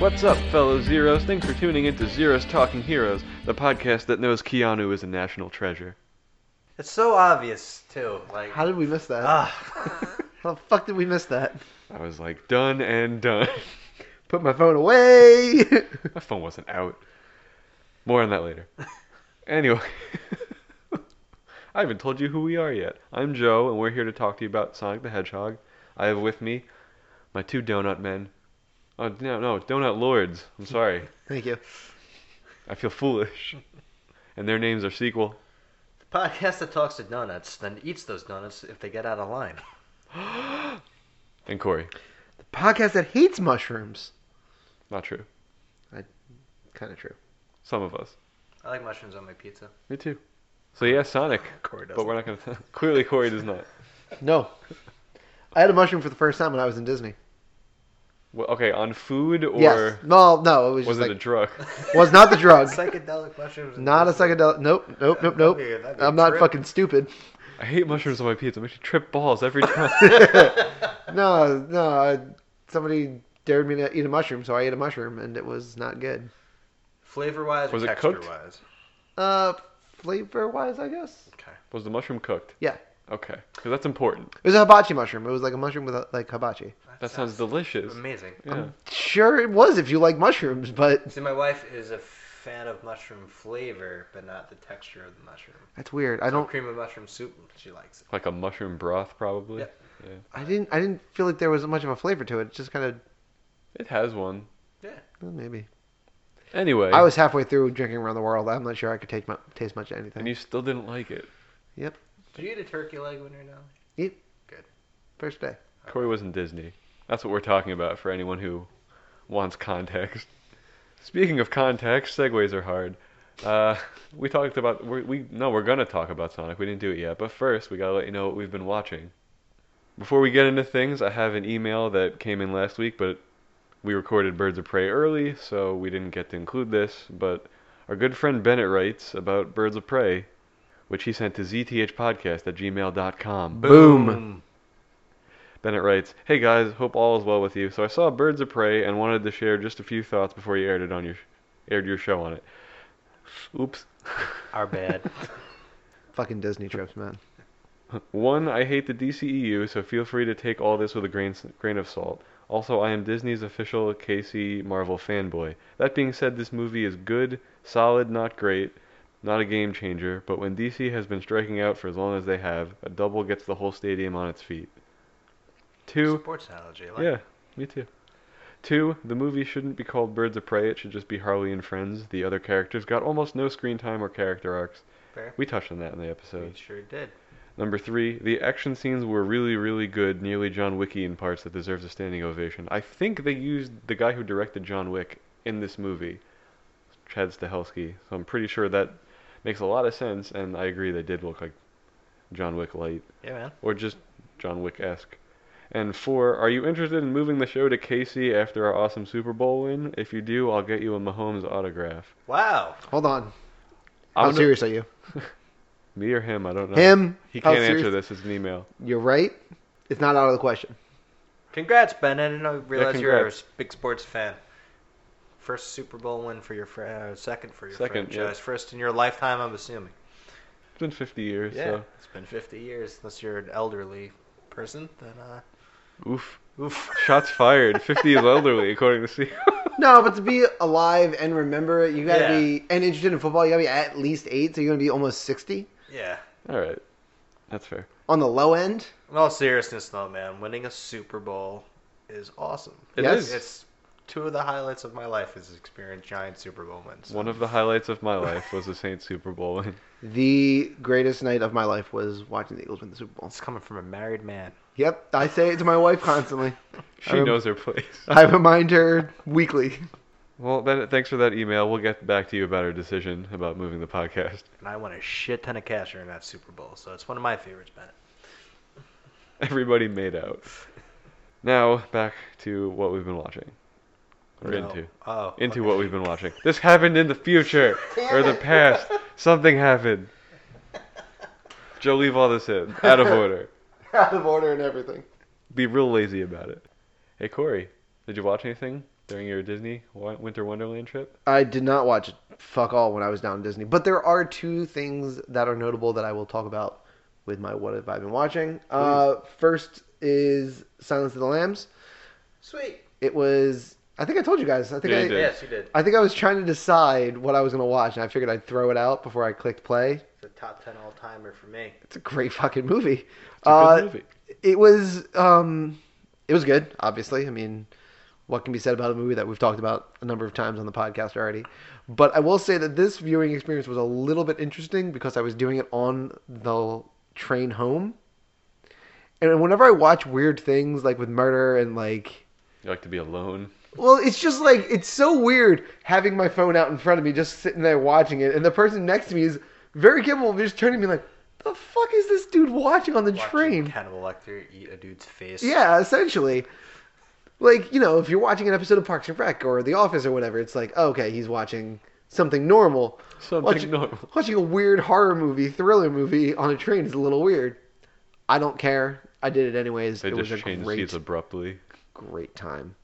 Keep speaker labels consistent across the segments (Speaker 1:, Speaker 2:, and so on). Speaker 1: What's up, fellow Zeros? Thanks for tuning in to Zeros Talking Heroes, the podcast that knows Keanu is a national treasure.
Speaker 2: It's so obvious too. Like
Speaker 3: How did we miss that?
Speaker 2: ah.
Speaker 3: How the fuck did we miss that?
Speaker 1: I was like, done and done.
Speaker 3: Put my phone away.
Speaker 1: My phone wasn't out. More on that later. Anyway, I haven't told you who we are yet. I'm Joe, and we're here to talk to you about Sonic the Hedgehog. I have with me my two donut men. Oh, no, no, donut lords. I'm sorry.
Speaker 3: Thank you.
Speaker 1: I feel foolish. And their names are sequel.
Speaker 2: the podcast that talks to donuts, then eats those donuts if they get out of line.
Speaker 1: And Corey.
Speaker 3: The podcast that hates mushrooms.
Speaker 1: Not true.
Speaker 3: Kind of true.
Speaker 1: Some of us.
Speaker 2: I like mushrooms on my pizza.
Speaker 1: Me too. So yeah, Sonic.
Speaker 2: Corey doesn't.
Speaker 1: But we're not going to. Clearly, Corey does not.
Speaker 3: No. I had a mushroom for the first time when I was in Disney.
Speaker 1: Well, okay, on food or
Speaker 3: yes. No, no, it was,
Speaker 1: was it
Speaker 3: just
Speaker 1: a
Speaker 3: like
Speaker 1: drug?
Speaker 3: was not the drug.
Speaker 2: psychedelic mushrooms.
Speaker 3: not a psychedelic. Nope, nope, nope, nope.
Speaker 2: That'd be- that'd be
Speaker 3: I'm not
Speaker 2: trip.
Speaker 3: fucking stupid.
Speaker 1: I hate mushrooms on my pizza. It makes you trip balls every time.
Speaker 3: No, no. I, somebody dared me to eat a mushroom, so I ate a mushroom, and it was not good.
Speaker 2: Flavor wise
Speaker 1: Was
Speaker 2: or
Speaker 1: it
Speaker 2: texture
Speaker 1: cooked?
Speaker 2: wise.
Speaker 3: Uh, flavor wise, I guess.
Speaker 1: was the mushroom cooked?
Speaker 3: Yeah.
Speaker 1: Okay, because that's important.
Speaker 3: It was a hibachi mushroom. It was like a mushroom with a, like hibachi.
Speaker 1: That sounds delicious.
Speaker 2: amazing.
Speaker 1: Yeah.
Speaker 3: Sure, it was if you like mushrooms, but
Speaker 2: See, my wife is a fan of mushroom flavor, but not the texture of the mushroom.
Speaker 3: that's weird. I don't.
Speaker 2: Cream of mushroom soup, she likes it.
Speaker 1: Like a mushroom broth, probably.
Speaker 2: Yep.
Speaker 3: I didn't. I didn't feel like there was much of a flavor to it. It just kind of
Speaker 1: It has one.
Speaker 3: well, maybe.
Speaker 1: Anyway,
Speaker 3: I was halfway through drinking around the world. I'm not sure I could take mu taste much of anything.
Speaker 1: and you still didn't like it.
Speaker 2: Do you eat a turkey leg when you're down?
Speaker 3: First day.
Speaker 1: Corey was in Disney. That's what we're talking about for anyone who wants context. Speaking of context, segues are hard. Uh, we talked about we, we no, we're gonna talk about Sonic. We didn't do it yet, but first we gotta let you know what we've been watching. Before we get into things, I have an email that came in last week, but we recorded Birds of Prey early, so we didn't get to include this. But our good friend Bennett writes about Birds of Prey, which he sent to zthpodcast at gmail.com.
Speaker 3: Boom.
Speaker 1: Mm. Bennett writes, Hey guys, hope all is well with you. So I saw Birds of Prey and wanted to share just a few thoughts before you aired it on your aired your show on it. Oops.
Speaker 2: Our bad.
Speaker 3: Fucking Disney trips, man.
Speaker 1: One, I hate the DCEU, so feel free to take all this with a grain grain of salt. Also, I am Disney's official Casey Marvel fanboy. That being said, this movie is good, solid, not great, not a game changer, but when DC has been striking out for as long as they have, a double gets the whole stadium on its feet. Two,
Speaker 2: Sports analogy. I Like
Speaker 1: Yeah, me too. Two, the movie shouldn't be called Birds of Prey. It should just be Harley and Friends. The other characters got almost no screen time or character arcs.
Speaker 2: Fair.
Speaker 1: We touched on that in the
Speaker 2: We
Speaker 1: episode.
Speaker 2: sure did.
Speaker 1: Number three, the action scenes were really, really good, nearly John Wicky in parts that deserves a standing ovation. I think they used the guy who directed John Wick in this movie, Chad Stahelski. So I'm pretty sure that makes a lot of sense, and I agree they did look like John Wick light
Speaker 2: Yeah, man.
Speaker 1: or just John Wick esque. And four, are you interested in moving the show to KC after our awesome Super Bowl win? If you do, I'll get you a Mahomes autograph.
Speaker 2: Wow.
Speaker 3: Hold on.
Speaker 1: I
Speaker 3: How
Speaker 1: don't know-
Speaker 3: serious are you?
Speaker 1: Me or him? I don't know.
Speaker 3: Him.
Speaker 1: He
Speaker 3: How
Speaker 1: can't answer
Speaker 3: serious-
Speaker 1: this. It's an email.
Speaker 3: You're right. It's not out of the question.
Speaker 2: Congrats, Ben. I didn't know, realize you were a
Speaker 1: congrats.
Speaker 2: big sports fan. First Super Bowl win for your fra- uh, second for your
Speaker 1: Second, yeah.
Speaker 2: franchise. First in your lifetime, I'm assuming.
Speaker 1: It's been 50 years,
Speaker 2: Yeah, it's been 50 years. Unless you're an elderly person, then uh,
Speaker 1: so. Oof.
Speaker 2: oof.
Speaker 1: Shots fired. 50 is elderly, according to C.
Speaker 3: No, but to be alive and remember it, you gotta
Speaker 2: Yeah.
Speaker 3: be and interested in football. You gotta be at least eight, so you're gonna be almost sixty
Speaker 2: Yeah.
Speaker 1: All right. That's fair.
Speaker 3: on the low end.
Speaker 2: In all seriousness, though, man, winning a Super Bowl is awesome.
Speaker 1: It
Speaker 3: Yes.
Speaker 1: is.
Speaker 2: It's two of the highlights of my life is experience giant Super Bowl wins.
Speaker 1: One of the highlights of my life was the Saints Super Bowl win.
Speaker 3: The greatest night of my life was watching the Eagles win the Super Bowl.
Speaker 2: It's coming from a married man.
Speaker 3: Yep, I say it to my wife constantly.
Speaker 1: She
Speaker 3: Um,
Speaker 1: knows her place.
Speaker 3: I remind her weekly.
Speaker 1: Well, Bennett, thanks for that email. We'll get back to you about our decision about moving the podcast.
Speaker 2: And I won a shit ton of cash during that Super Bowl, so it's one of my favorites, Bennett.
Speaker 1: Everybody made out. Now back to what we've been watching. Or
Speaker 2: No.
Speaker 1: into.
Speaker 2: Oh.
Speaker 1: Into
Speaker 2: okay.
Speaker 1: what we've been watching. This happened in the future or the past. Something happened. Joe, leave all this in. Out of order.
Speaker 3: Out of order and everything.
Speaker 1: Be real lazy about it. Hey Corey, did you watch anything? during your Disney wa- Winter Wonderland trip?
Speaker 3: I did not watch fuck all when I was down in Disney, but there are two things that are notable that I will talk about with my what have I been watching. Uh, first is Silence of the Lambs.
Speaker 2: Sweet.
Speaker 3: It was I think I told you guys. I think
Speaker 1: Yeah,
Speaker 3: I
Speaker 1: you did.
Speaker 2: Yes, you did.
Speaker 3: I think I was trying to decide what I was gonna watch, and I figured I'd throw it out before I clicked play.
Speaker 2: It's a top ten all timer for me.
Speaker 3: It's a great fucking movie.
Speaker 1: It's a good
Speaker 3: Uh,
Speaker 1: movie.
Speaker 3: It was um, it was good. Obviously, I mean, what can be said about a movie that we've talked about a number of times on the podcast already? But I will say that this viewing experience was a little bit interesting because I was doing it on the train home, and whenever I watch weird things like with murder and like
Speaker 1: You like to be alone.
Speaker 3: Well, it's just like it's so weird having my phone out in front of me, just sitting there watching it, and the person next to me is very capable of just turning to me like, "The fuck is this dude watching on the
Speaker 2: Watching
Speaker 3: train?"
Speaker 2: Hannibal Lecter eat a dude's face.
Speaker 3: Yeah, essentially. Like you know, if you're watching an episode of Parks and Rec or The Office or whatever, it's like, okay, he's watching something normal.
Speaker 1: Something
Speaker 3: Watching-
Speaker 1: normal.
Speaker 3: Watching a weird horror movie, thriller movie on a train is a little weird. I don't care. I did it anyways.
Speaker 1: They
Speaker 3: it was a
Speaker 1: just changed
Speaker 3: great
Speaker 1: seats abruptly.
Speaker 3: great time.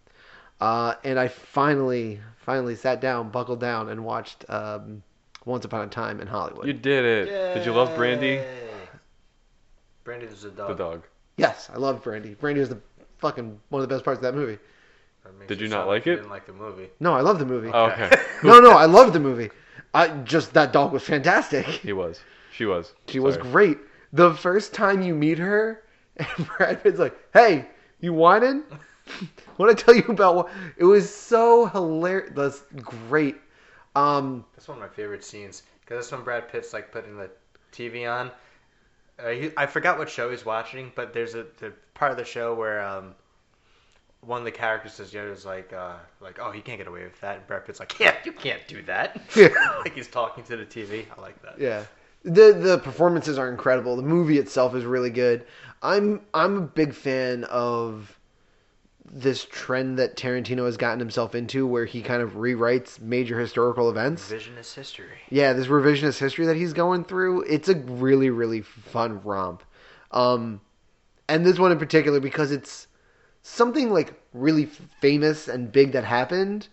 Speaker 3: Uh, and I finally, finally sat down, buckled down, and watched um, Once Upon a Time in Hollywood.
Speaker 1: You did it. Did you love Brandy?
Speaker 2: Yay. Brandy was a dog.
Speaker 1: The dog.
Speaker 3: Yes, I loved Brandy. Brandy was the fucking one of the best parts of that movie.
Speaker 2: That makes
Speaker 1: Did
Speaker 2: it
Speaker 1: you not
Speaker 2: sound
Speaker 1: like it?
Speaker 2: Didn't like the movie.
Speaker 3: No, I love the movie.
Speaker 1: Oh,
Speaker 2: Okay.
Speaker 1: okay.
Speaker 3: no, no, I loved the movie. I just that dog was fantastic.
Speaker 1: He was. She was.
Speaker 3: She was
Speaker 1: Sorry.
Speaker 3: great. The first time you meet her, and Brad Pitt's like, "Hey, you whining? what I tell you about? What? It was so hilarious. That's great. Um,
Speaker 2: That's one of my favorite scenes because that's when Brad Pitt's like putting the TV on. Uh, he, I forgot what show he's watching, but there's a the part of the show where um, one of the characters says, "Yeah, is like, uh, like, oh, he can't get away with that," and Brad Pitt's like, "Yeah, you can't do that." like he's talking to the TV. I like that.
Speaker 3: Yeah. The the performances are incredible. The movie itself is really good. I'm I'm a big fan of this trend that Tarantino has gotten himself into where he kind of rewrites major historical events.
Speaker 2: Revisionist history.
Speaker 3: Yeah, this revisionist history that he's going through, it's a really really fun romp. Um and this one in particular because it's something like really famous and big that happened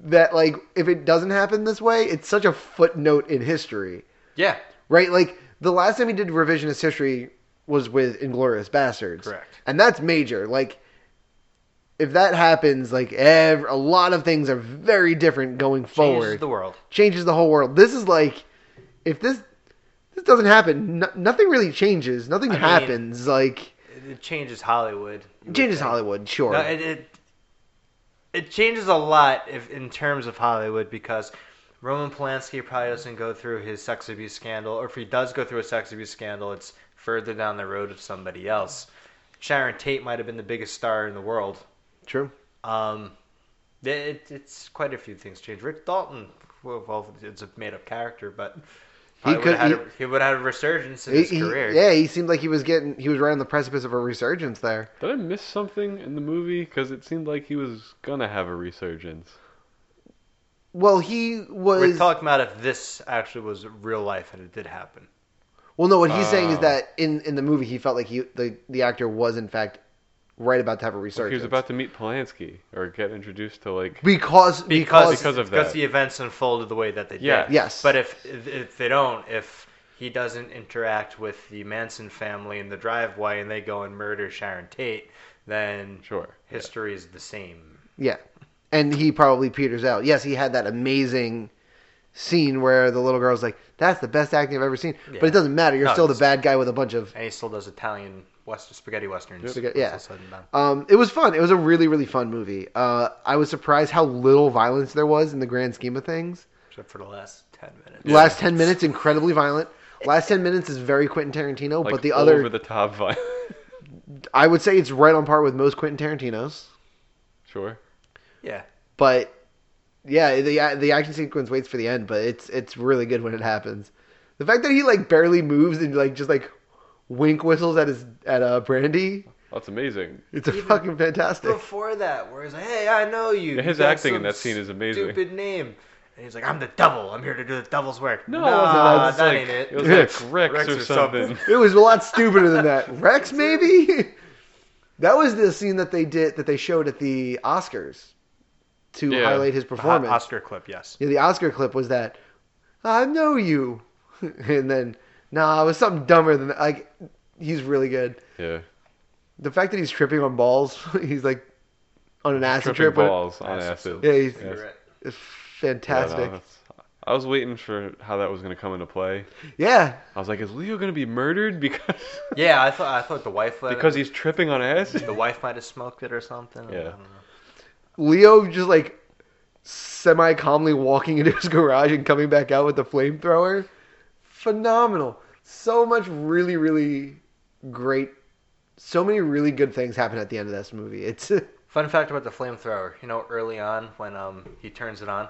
Speaker 3: that like if it doesn't happen this way, it's such a footnote in history
Speaker 2: Yeah,
Speaker 3: right? Like the last time he did revisionist history was with Inglorious Bastards,
Speaker 2: Correct.
Speaker 3: And that's major. Like if that happens, like ev- a lot of things are very different going
Speaker 2: changes
Speaker 3: forward.
Speaker 2: the world.
Speaker 3: Changes the whole world. This is like if this this doesn't happen, no- nothing really changes. Nothing
Speaker 2: I mean-
Speaker 3: happens. like
Speaker 2: It, it changes Hollywood. you would
Speaker 3: changes
Speaker 2: think.
Speaker 3: Hollywood, sure.
Speaker 2: No, it, it it changes a lot if in terms of Hollywood because Roman Polanski probably doesn't go through his sex abuse scandal, or if he does go through a sex abuse scandal, it's further down the road of somebody else. Sharon Tate might have been the biggest star in the world.
Speaker 3: True.
Speaker 2: Um, it, it's quite a few things change. Rick Dalton, well, well, it's a made-up character, but he
Speaker 3: could-
Speaker 2: would have had,
Speaker 3: he-
Speaker 2: a, he would have had a resurgence in
Speaker 3: He-
Speaker 2: his
Speaker 3: he-
Speaker 2: career.
Speaker 3: yeah, he seemed like he was getting he was right on the precipice of a resurgence there.
Speaker 1: Did I miss something in the movie? Because it seemed like he was gonna have a resurgence.
Speaker 3: Well, he
Speaker 2: We're
Speaker 3: was
Speaker 2: talking about if this actually was real life and it did happen.
Speaker 3: Well, no, what he's saying is
Speaker 1: Oh.
Speaker 3: that in in the movie he felt like he the the actor was in fact right about to have a
Speaker 1: Like, he
Speaker 3: resurgence
Speaker 1: was about to meet Polanski or get introduced to like.
Speaker 2: because
Speaker 3: because because,
Speaker 1: Because of
Speaker 2: because
Speaker 1: that.
Speaker 2: the events unfolded the way that they
Speaker 1: Yeah.
Speaker 2: did.
Speaker 3: Yes.
Speaker 2: But if if they don't, if he doesn't interact with the Manson family in the driveway and they go and murder Sharon Tate, then
Speaker 1: Sure. yeah.
Speaker 2: history is the same.
Speaker 3: yeah, and he probably peters out. Yes, he had that amazing scene where the little girl's like, "That's the best acting I've ever seen," but
Speaker 2: Yeah.
Speaker 3: it doesn't matter. You're
Speaker 2: No,
Speaker 3: still the
Speaker 2: it's-
Speaker 3: bad guy with a bunch of.
Speaker 2: And he still does Italian west spaghetti westerns.
Speaker 3: Spaghe-
Speaker 2: once
Speaker 3: yeah.
Speaker 2: it's said and done.
Speaker 3: Um, it was fun. It was a really really fun movie. Uh, I was surprised how little violence there was in the grand scheme of things.
Speaker 2: Except for the last ten minutes.
Speaker 3: Last ten minutes incredibly violent. Last ten minutes is very Quentin Tarantino,
Speaker 1: Like
Speaker 3: Oh, but the other
Speaker 1: over the top vibe.
Speaker 3: I would say it's right on par with most Quentin Tarantino's.
Speaker 1: sure.
Speaker 2: Yeah.
Speaker 3: But yeah, the the action sequence waits for the end, but it's it's really good when it happens. The fact that he like barely moves and like just like wink whistles at his at uh Brandy,
Speaker 1: That's amazing.
Speaker 3: it's a
Speaker 2: Even- Oh,
Speaker 3: fucking fantastic.
Speaker 2: Before that, where he's like, "Hey, I know you."
Speaker 1: Yeah, his
Speaker 2: You got
Speaker 1: acting in
Speaker 2: some
Speaker 1: that scene is amazing.
Speaker 2: Stupid name. And he's like, "I'm the devil. I'm here to do the devil's work."
Speaker 1: No,
Speaker 2: Nah,
Speaker 1: no, it's
Speaker 2: that
Speaker 1: like-
Speaker 2: ain't it.
Speaker 1: It was like Rex,
Speaker 2: Rex
Speaker 1: or,
Speaker 2: or
Speaker 1: something.
Speaker 2: something.
Speaker 3: It was a lot stupider than that. Rex maybe. that was the scene that they did that they showed at the Oscars to
Speaker 1: Yeah.
Speaker 3: highlight his
Speaker 2: O-
Speaker 3: performance.
Speaker 2: Oscar clip, yes.
Speaker 3: Yeah, the Oscar clip was that I know you, and then nah, it was something dumber than that. like he's really good.
Speaker 1: Yeah.
Speaker 3: The fact that he's tripping on balls, he's like on an acid
Speaker 1: Tripping
Speaker 3: trip. when-
Speaker 1: balls on acid.
Speaker 2: Acid.
Speaker 3: Yeah, he's
Speaker 1: Yes.
Speaker 2: You're right.
Speaker 3: it's
Speaker 1: Yeah, no,
Speaker 3: fantastic.
Speaker 1: that's- I was waiting for how that was going to come into play.
Speaker 3: Yeah,
Speaker 1: I was like, is Leo going to be murdered because
Speaker 2: Yeah, I thought I thought the wife let
Speaker 1: because he's tripping on acid?
Speaker 2: the wife might have smoked it or something.
Speaker 1: Yeah.
Speaker 2: I don't know.
Speaker 3: Leo just like semi calmly walking into his garage and coming back out with the flamethrower. Phenomenal. So much really, really great. So many really good things happen at the end of this movie. It's
Speaker 2: Fun fact about the flamethrower. You know, early on when um he turns it on,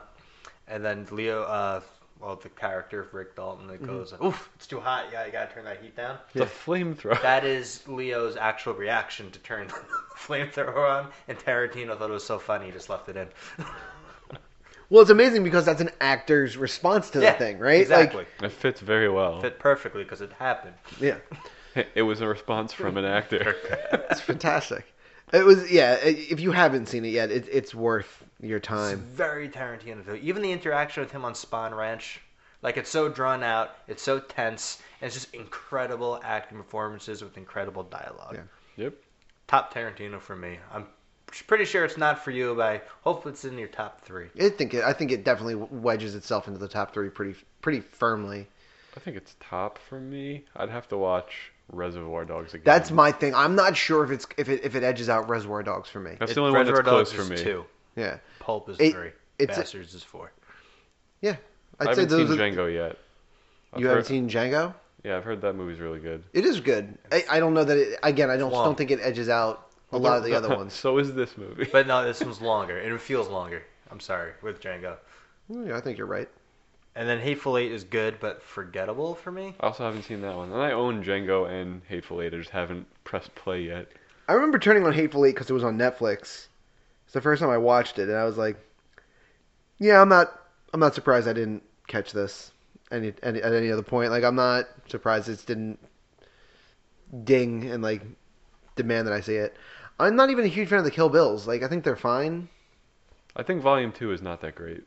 Speaker 2: and then Leo, uh, well, the character of Rick Dalton, that goes, "Oof, it's too hot. Yeah, you gotta turn that heat down."
Speaker 1: It's a flamethrower.
Speaker 2: That is Leo's actual reaction to turn the flamethrower on, and Tarantino thought it was so funny, he just left it in.
Speaker 3: well, it's amazing because that's an actor's response to the
Speaker 2: yeah,
Speaker 3: thing, right?
Speaker 2: Exactly.
Speaker 1: It fits very well.
Speaker 2: Fit perfectly because it happened.
Speaker 3: Like, yeah,
Speaker 1: It was a response from an actor.
Speaker 3: it's fantastic. It was yeah. If you haven't seen it yet, it, it's worth your
Speaker 2: It's
Speaker 3: time.
Speaker 2: very Tarantino. Though. Even the interaction with him on Spawn Ranch, like it's so drawn out, it's so tense, and it's just incredible acting performances with incredible dialogue.
Speaker 3: Yeah.
Speaker 1: Yep.
Speaker 2: Top Tarantino for me. I'm pretty sure it's not for you, but I hope it's in your top three.
Speaker 3: I think it, I think it definitely wedges itself into the top three pretty pretty firmly.
Speaker 1: I think it's top for me. I'd have to watch Reservoir Dogs again.
Speaker 3: That's my thing. I'm not sure if it's if it if it edges out Reservoir Dogs for me.
Speaker 1: That's
Speaker 2: It-
Speaker 1: the only one that's
Speaker 2: Reservoir
Speaker 1: close
Speaker 2: Dogs
Speaker 1: for me.
Speaker 2: is Two.
Speaker 3: Yeah,
Speaker 2: Pulp is
Speaker 3: It-
Speaker 2: three.
Speaker 3: it's-
Speaker 2: Bastards is four.
Speaker 3: yeah.
Speaker 1: I
Speaker 3: say
Speaker 1: haven't
Speaker 3: those
Speaker 1: seen
Speaker 3: are-
Speaker 1: Django yet. I've
Speaker 3: You
Speaker 1: heard-
Speaker 3: haven't seen Django?
Speaker 1: Yeah, I've heard that movie's really good.
Speaker 3: It is good. I, I don't know that. It, again, I don't
Speaker 2: long.
Speaker 3: don't think it edges out a lot of the other ones.
Speaker 1: so is this movie.
Speaker 2: But no, this one's longer, and it feels longer. I'm sorry with Django.
Speaker 3: Yeah, I think you're right.
Speaker 2: And then Hateful Eight is good, but forgettable for me.
Speaker 1: I also haven't seen that one. And I own Django and Hateful Eight. I just haven't pressed play yet.
Speaker 3: I remember turning on Hateful Eight because it was on Netflix. It's the first time I watched it, and I was like, "Yeah, I'm not. I'm not surprised I didn't catch this any, any at any other point. Like, I'm not surprised it didn't ding and like demand that I see it. I'm not even a huge fan of the Kill Bills. Like, I think they're fine.
Speaker 1: I think Volume Two is not that great.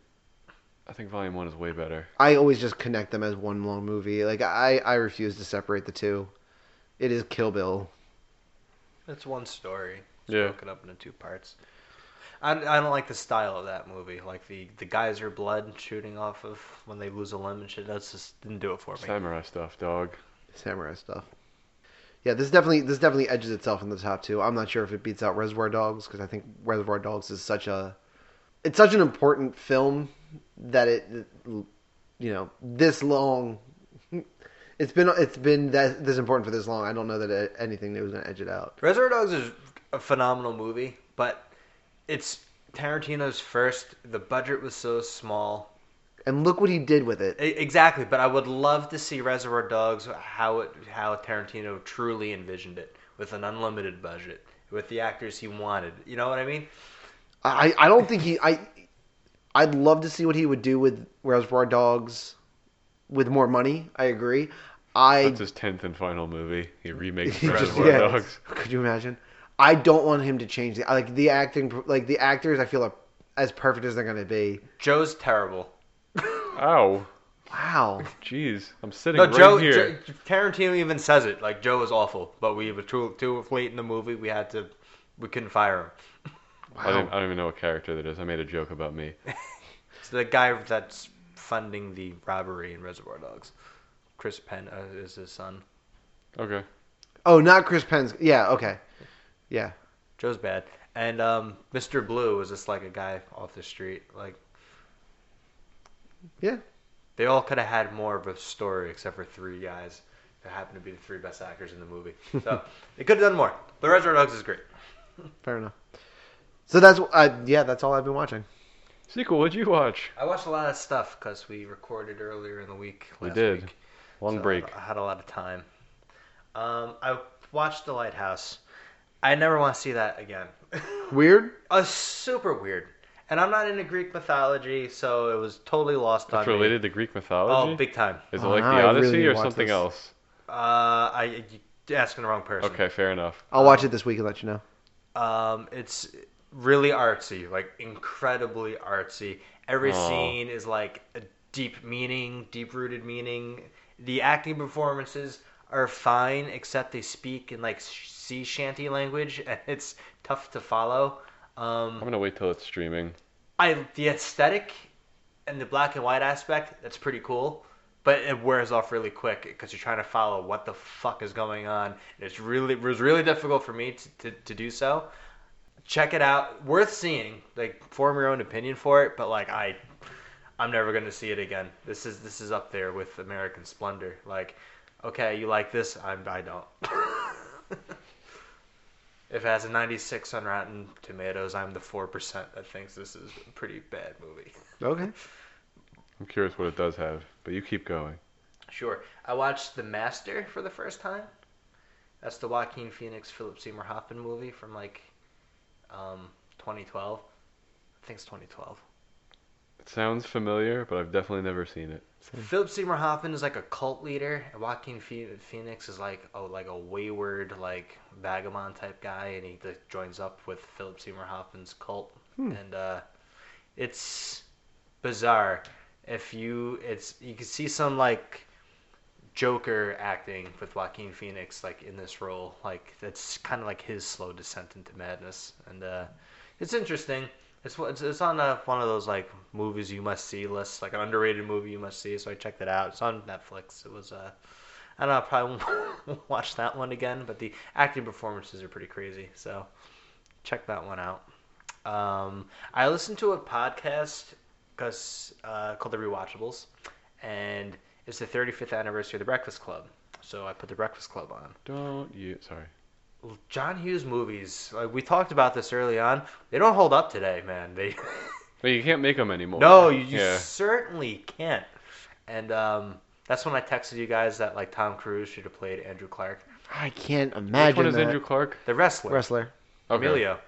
Speaker 1: I think Volume One is way better.
Speaker 3: I always just connect them as one long movie. Like, I I refuse to separate the two. It is Kill Bill.
Speaker 2: It's one story. It's
Speaker 1: Yeah.
Speaker 2: broken up into two parts. I, I don't like the style of that movie. Like the the geyser blood shooting off of when they lose a limb and shit. That's just didn't do it for me.
Speaker 1: Samurai stuff, dog.
Speaker 3: samurai stuff. Yeah, this definitely this definitely edges itself in the top two. I'm not sure if it beats out Reservoir Dogs because I think Reservoir Dogs is such a it's such an important film that it you know this long it's been it's been that this important for this long. I don't know that it, anything new is going to edge it out.
Speaker 2: Reservoir Dogs is a phenomenal movie, but it's Tarantino's first. The budget was so small.
Speaker 3: And look what he did with it.
Speaker 2: E- exactly, but I would love to see Reservoir Dogs how it how Tarantino truly envisioned it with an unlimited budget with the actors he wanted. You know what I mean?
Speaker 3: I, I don't think he I I'd love to see what he would do with Reservoir Dogs with more money. I agree. I
Speaker 1: That's his tenth and final movie. He remakes
Speaker 3: He just-
Speaker 1: Reservoir
Speaker 3: yeah.
Speaker 1: Dogs.
Speaker 3: Could you imagine? I don't want him to change the I like the acting like the actors. I feel are as perfect as they're gonna be.
Speaker 2: Joe's terrible.
Speaker 1: Ow.
Speaker 3: Wow,
Speaker 1: Jeez. I'm sitting
Speaker 2: No,
Speaker 1: right
Speaker 2: Joe,
Speaker 1: here.
Speaker 2: Joe. Tarantino even says it. Like Joe was awful, but we were too too late in the movie. We had to, we couldn't fire him.
Speaker 1: I, don't, I don't even know what character that is. I made a joke about me.
Speaker 2: It's the guy that's funding the robbery in Reservoir Dogs. Chris Penn uh, is his son.
Speaker 1: Okay.
Speaker 3: Oh, not Chris Penn's. Yeah, okay, yeah.
Speaker 2: Joe's bad, and um, Mr. Blue is just like a guy off the street. Like
Speaker 3: Yeah.
Speaker 2: they all could have had more of a story, except for three guys that happen to be the three best actors in the movie. So they could have done more. But Reservoir Dogs is great.
Speaker 3: Fair enough. So that's uh, yeah, that's all I've been watching.
Speaker 1: Sequel, what'd you watch?
Speaker 2: I watched a lot of stuff because we recorded earlier in the week.
Speaker 1: We
Speaker 2: last
Speaker 1: did.
Speaker 2: week.
Speaker 1: Long
Speaker 2: So
Speaker 1: break.
Speaker 2: I had a lot of time. Um, I watched The Lighthouse. I never want to see that again.
Speaker 3: Weird.
Speaker 2: uh, super weird. And I'm not into Greek mythology, so it was totally lost
Speaker 1: That's
Speaker 2: on
Speaker 1: related to Greek
Speaker 2: me.
Speaker 1: mythology?
Speaker 2: Oh, big time.
Speaker 1: Is it
Speaker 3: Oh,
Speaker 1: like
Speaker 3: now
Speaker 1: the
Speaker 3: I
Speaker 1: Odyssey
Speaker 3: really
Speaker 1: or
Speaker 3: want
Speaker 1: something
Speaker 3: this.
Speaker 1: else?
Speaker 2: Uh, I you're asking the wrong person.
Speaker 1: Okay, fair enough.
Speaker 3: I'll watch it this week and let you know.
Speaker 2: Um, it's really artsy, like incredibly artsy. Every
Speaker 1: Aw.
Speaker 2: scene is like a deep meaning, deep rooted meaning. The acting performances are fine, except they speak in like sea shanty language, and it's tough to follow. Um,
Speaker 1: I'm gonna wait till it's streaming.
Speaker 2: I the aesthetic and the black and white aspect that's pretty cool, but it wears off really quick because you're trying to follow what the fuck is going on. And it's really it was really difficult for me to, to, to do so. Check it out, worth seeing. Like form your own opinion for it, but like I, I'm never gonna see it again. This is this is up there with American Splendor. Like, okay, you like this? I'm I don't. If it has a 96 on Rotten Tomatoes, I'm the 4% that thinks this is a pretty bad movie.
Speaker 3: Okay.
Speaker 1: I'm curious what it does have, but you keep going.
Speaker 2: Sure. I watched The Master for the first time. That's the Joaquin Phoenix, Philip Seymour Hoffman movie from like um, 2012. I think it's 2012.
Speaker 1: It sounds familiar, but I've definitely never seen it.
Speaker 2: Philip Seymour Hoffman is like a cult leader, and Joaquin Phe- Phoenix is like oh like a wayward like vagabond type guy, and he like, joins up with Philip Seymour Hoffman's cult, and uh, it's bizarre. If you it's you can see some like Joker acting with Joaquin Phoenix like in this role, like that's kind of like his slow descent into madness, and uh, it's interesting. It's it's, it's on uh one of those like movies you must see lists, like an underrated movie you must see. So I checked it out. It's on Netflix. It was uh, I don't know. I probably won't watch that one again, but the acting performances are pretty crazy. So check that one out. Um, I listened to a podcast 'cause, uh, called The Rewatchables, and it's the 35th anniversary of The Breakfast Club. So I put The Breakfast Club on.
Speaker 1: Don't you? Sorry.
Speaker 2: John Hughes movies, like we talked about this early on, they don't hold up today, man. They
Speaker 1: But you can't make them anymore.
Speaker 2: no, you, you
Speaker 1: yeah.
Speaker 2: certainly can't. And um, that's when I texted you guys that like Tom Cruise should have played Andrew Clark,
Speaker 3: I can't
Speaker 1: Which
Speaker 3: imagine
Speaker 1: one is
Speaker 3: that.
Speaker 1: Andrew Clark?
Speaker 2: the wrestler,
Speaker 3: Wrestler.
Speaker 1: Okay.
Speaker 2: Emilio.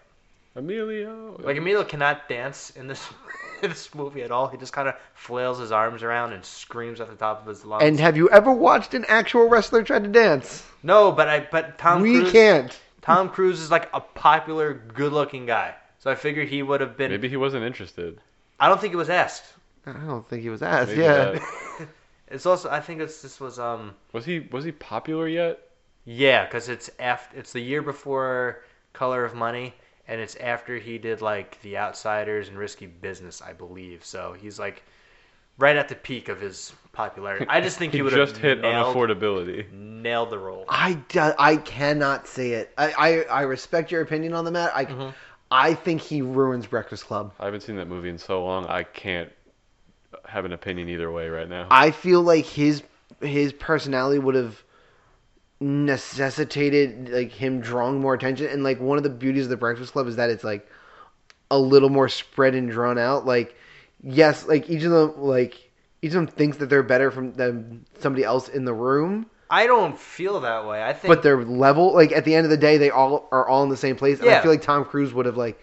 Speaker 1: Emilio.
Speaker 2: Like Emilio cannot dance in this in this movie at all. He just kind of flails his arms around and screams at the top of his lungs.
Speaker 3: And have you ever watched an actual wrestler try to dance?
Speaker 2: no, but I but Tom
Speaker 3: we
Speaker 2: Cruise
Speaker 3: can't.
Speaker 2: Tom Cruise is like a popular, good-looking guy. So I figured he would have been.
Speaker 1: Maybe he wasn't interested.
Speaker 2: I don't think it was asked.
Speaker 3: I don't think he was asked.
Speaker 1: Maybe
Speaker 3: yeah.
Speaker 1: that-
Speaker 2: It's also I think it's this was um
Speaker 1: Was he was he popular yet?
Speaker 2: Yeah, because it's after it's the year before Color of Money, and it's after he did like The Outsiders and Risky Business, I believe. So he's like right at the peak of his popularity. I just think he,
Speaker 1: He
Speaker 2: would
Speaker 1: just
Speaker 2: have
Speaker 1: hit
Speaker 2: nailed,
Speaker 1: unaffordability.
Speaker 2: nailed the role.
Speaker 3: I, do, I cannot see it. I, I, I respect your opinion on the Matt. I, I think he ruins Breakfast Club.
Speaker 1: I haven't seen that movie in so long. I can't have an opinion either way right now.
Speaker 3: I feel like his his personality would have necessitated like him drawing more attention. And like one of the beauties of the Breakfast Club is that it's like a little more spread and drawn out. Like yes, like each of them like each of them thinks that they're better from than somebody else in the room.
Speaker 2: I don't feel that way. I think
Speaker 3: but their level like at the end of the day they all are all in the same place and i
Speaker 2: Yeah.
Speaker 3: feel like tom cruise would have like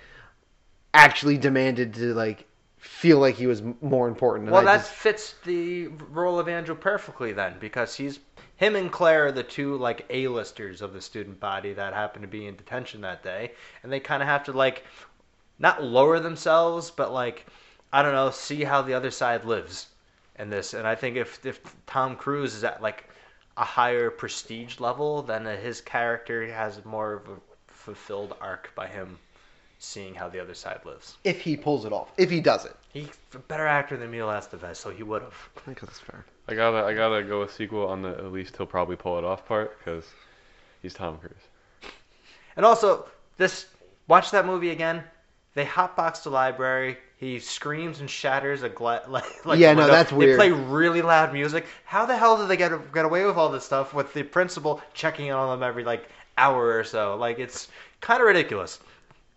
Speaker 3: actually demanded to like feel like he was m- more important and
Speaker 2: well,
Speaker 3: I
Speaker 2: that
Speaker 3: just-
Speaker 2: fits the role of Andrew perfectly then, because he's him and Claire are the two like A-listers of the student body that happen to be in detention that day, and they kind of have to like not lower themselves, but like I don't know, see how the other side lives in this. And I think if if Tom Cruise is at like a higher prestige level, then his character has more of a fulfilled arc by him seeing how the other side lives.
Speaker 3: if he pulls it off if he does it
Speaker 2: He's a better actor than Emil Estevez, so he would have.
Speaker 3: i think that's fair
Speaker 1: I gotta I gotta go with sequel on the at least he'll probably pull it off part because he's Tom Cruise.
Speaker 2: And also, this watch that movie again. They hotbox the library. He screams and shatters a gla- like, like
Speaker 3: Yeah,
Speaker 2: a
Speaker 3: no,
Speaker 2: window.
Speaker 3: that's weird.
Speaker 2: They play really loud music. How the hell did they get get away with all this stuff with the principal checking in on them every like hour or so? Like it's kind of ridiculous.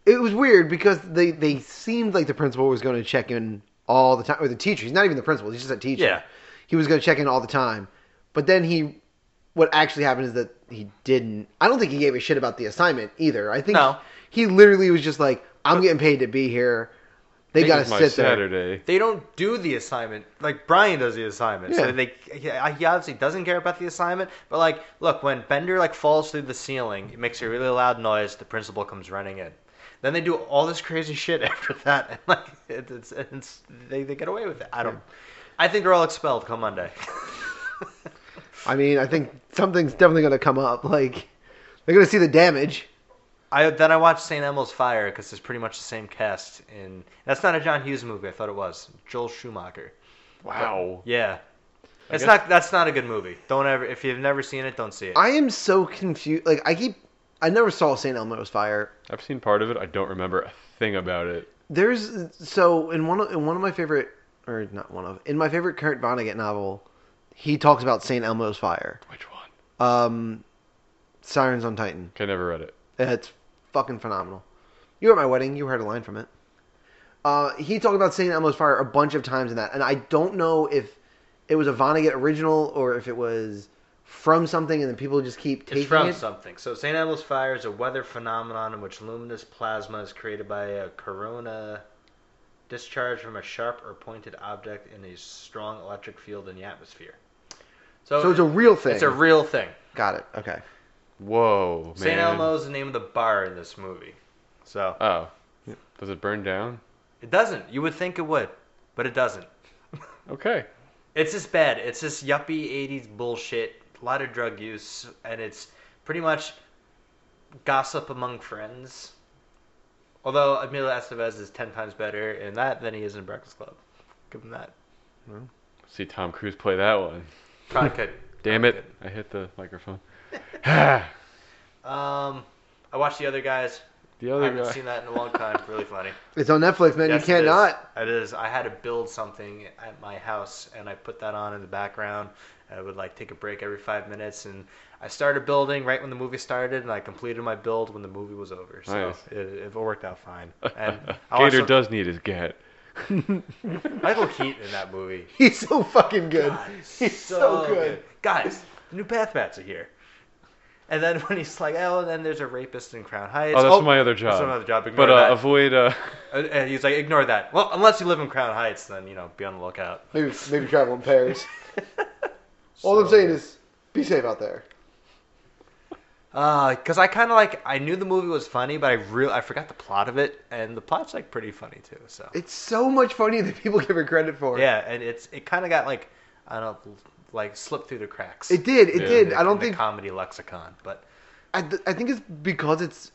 Speaker 3: it was weird because they they seemed like the principal was going to check in all the time or the teacher he's not even the principal he's just a teacher
Speaker 2: Yeah.
Speaker 3: he was going to check in all the time but then he what actually happened is that he didn't i don't think he gave a shit about the assignment either i think
Speaker 2: No.
Speaker 3: he literally was just like i'm getting paid to be here they got to
Speaker 1: It's my
Speaker 3: sit there
Speaker 1: Saturday.
Speaker 2: They don't do the assignment like Brian does the assignment.
Speaker 3: Yeah.
Speaker 2: So they he obviously doesn't care about the assignment. But like, look, when Bender like falls through the ceiling, it makes a really loud noise. The principal comes running in. Then they do all this crazy shit after that, and like it, it's, it's they, they get away with it. I don't. I think they're all expelled come Monday.
Speaker 3: I mean, I think something's definitely going to come up. Like, they're going to see the damage.
Speaker 2: I then I watched St. Elmo's Fire because it's pretty much the same cast. In that's not a John Hughes movie. I thought it was Joel Schumacher.
Speaker 1: Wow.
Speaker 2: Yeah, it's
Speaker 1: guess-
Speaker 2: not. That's not a good movie. Don't ever. If you've never seen it, don't see it.
Speaker 3: I am so confused. Like, I keep. I never saw St. Elmo's Fire.
Speaker 1: I've seen part of it. I don't remember a thing about it.
Speaker 3: There's so in one of, in one of my favorite, or not one of, in my favorite Kurt Vonnegut novel, he talks about St. Elmo's Fire.
Speaker 1: Which one?
Speaker 3: Um, Sirens on Titan.
Speaker 1: Okay, never read it.
Speaker 3: It's fucking phenomenal. You were at my wedding. You heard a line from it. Uh, he talked about St. Elmo's Fire a bunch of times in that, and I don't know if it was a Vonnegut original or if it was from something, and then people just keep taking
Speaker 2: It's from
Speaker 3: it.
Speaker 2: something. So St. Elmo's Fire is a weather phenomenon in which luminous plasma is created by a corona discharge from a sharp or pointed object in a strong electric field in the atmosphere. So,
Speaker 3: So it's a real thing. Oh,
Speaker 2: it's a real thing.
Speaker 3: Got it. Okay.
Speaker 1: Whoa, man.
Speaker 2: St. Elmo's is the name of the bar in this movie. So
Speaker 1: Oh. Does it burn down?
Speaker 2: it doesn't. You would think it would, but it doesn't.
Speaker 1: Okay.
Speaker 2: It's just bad. It's this yuppie '80s bullshit. A lot of drug use, and it's pretty much gossip among friends. Although Emilio Estevez is ten times better in that than he is in Breakfast Club. Give him that.
Speaker 1: See Tom Cruise play that one.
Speaker 2: Probably could.
Speaker 1: Damn it. I hit the microphone. the
Speaker 2: Um, I watched the other guys. I
Speaker 1: other
Speaker 2: haven't
Speaker 1: guy.
Speaker 2: seen that in a long time. Really funny.
Speaker 3: It's on Netflix, man.
Speaker 2: Yes,
Speaker 3: you
Speaker 2: it is.
Speaker 3: cannot.
Speaker 2: It is. I had to build something at my house, and I put that on in the background. And I would like take a break every five minutes, and I started building right when the movie started, and I completed my build when the movie was over. So
Speaker 1: Nice.
Speaker 2: it, it worked out fine. And Oh, I
Speaker 1: Gator
Speaker 2: also-
Speaker 1: does need his Oh, gat.
Speaker 2: Michael Keaton in that movie.
Speaker 3: He's so fucking good.
Speaker 2: God,
Speaker 3: he's so, good.
Speaker 2: Guys, the new bath mats are here. And then when he's like, oh, and then there's a rapist in Crown Heights.
Speaker 1: Oh, that's my other job.
Speaker 2: That's my other job. Ignore
Speaker 1: But uh,
Speaker 2: that.
Speaker 1: avoid. Uh,
Speaker 2: And- and he's like, ignore that. Well, unless you live in Crown Heights, then, you know, be on the lookout.
Speaker 3: Maybe maybe travel in pairs. All I'm
Speaker 2: So-
Speaker 3: saying is, be safe out there.
Speaker 2: because uh, I kind of like I knew the movie was funny, but I real I forgot the plot of it, and the plot's like pretty funny too. So
Speaker 3: It's so much funnier than people give it credit for.
Speaker 2: yeah, and it's it kind of got like I don't know, like slipped through the cracks.
Speaker 3: It did. It
Speaker 1: Yeah.
Speaker 3: did. I
Speaker 2: in
Speaker 3: don't
Speaker 2: the
Speaker 3: think.
Speaker 2: comedy lexicon, but
Speaker 3: I, th- I think it's because it's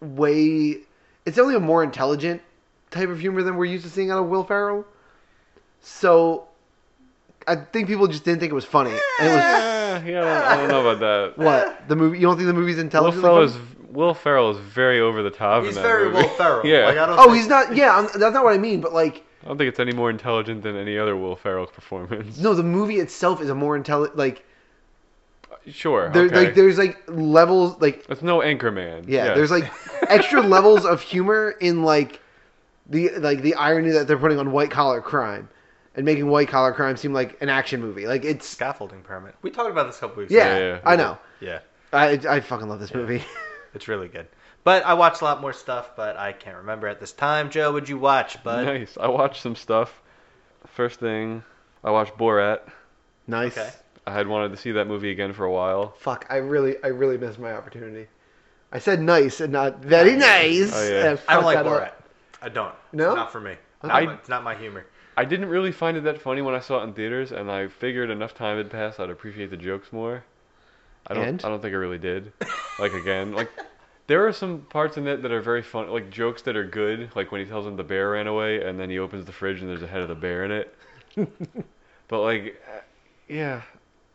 Speaker 3: way. It's definitely a more intelligent type of humor than we're used to seeing out of Will Ferrell. So, I think people just didn't think it was funny. And it was
Speaker 1: eh, yeah, I don't, I don't know about that.
Speaker 3: what the movie. You don't think the movie's
Speaker 1: Will
Speaker 3: intelligent?
Speaker 1: Ferrell is Will Ferrell is very over the top.
Speaker 2: he's
Speaker 1: in that
Speaker 2: very
Speaker 1: movie.
Speaker 2: well thorough.
Speaker 1: yeah,
Speaker 2: Like, I don't
Speaker 3: Oh,
Speaker 2: think-
Speaker 3: he's not. Yeah, I'm, that's not what I mean. But like,
Speaker 1: I don't think it's any more intelligent than any other Will Ferrell performance.
Speaker 3: no, the movie itself is a more intelligent. Like,
Speaker 1: Sure.
Speaker 3: there,
Speaker 1: okay.
Speaker 3: like there's like levels. Like,
Speaker 1: It's no Anchorman.
Speaker 3: yeah, there's like extra levels of humor in like the like the irony that they're putting on white collar crime and making white collar crime seem like an action movie. Like it's
Speaker 2: scaffolding permit. We talked about this a couple weeks
Speaker 3: yeah,
Speaker 1: Yeah, yeah,
Speaker 3: I
Speaker 1: yeah.
Speaker 3: know.
Speaker 2: ago. Yeah,
Speaker 3: I I fucking love this movie.
Speaker 2: it's really good. But I watched a lot more stuff, but I can't remember at this time. Joe, would you watch? Bud?
Speaker 1: nice. I watched some stuff. First thing, I watched Borat.
Speaker 3: nice.
Speaker 2: Okay.
Speaker 1: I had wanted to see that movie again for a while.
Speaker 3: Fuck, I really I really missed my opportunity. I said nice and not very nice.
Speaker 1: Oh, yeah.
Speaker 3: and
Speaker 1: I
Speaker 2: I don't
Speaker 3: fucked
Speaker 2: like
Speaker 3: that up.
Speaker 2: Borat. I don't.
Speaker 3: No?
Speaker 2: It's not for me. Not
Speaker 1: I-
Speaker 2: my- it's not my humor.
Speaker 1: I didn't really find it that funny when I saw it in theaters, and I figured enough time had passed, I'd appreciate the jokes more. I don't.
Speaker 3: And?
Speaker 1: I don't think I really did. Like again, like there are some parts in it that are very fun, like jokes that are good, like when he tells him the bear ran away, and then he opens the fridge and there's a head of the bear in it. but like, uh, yeah,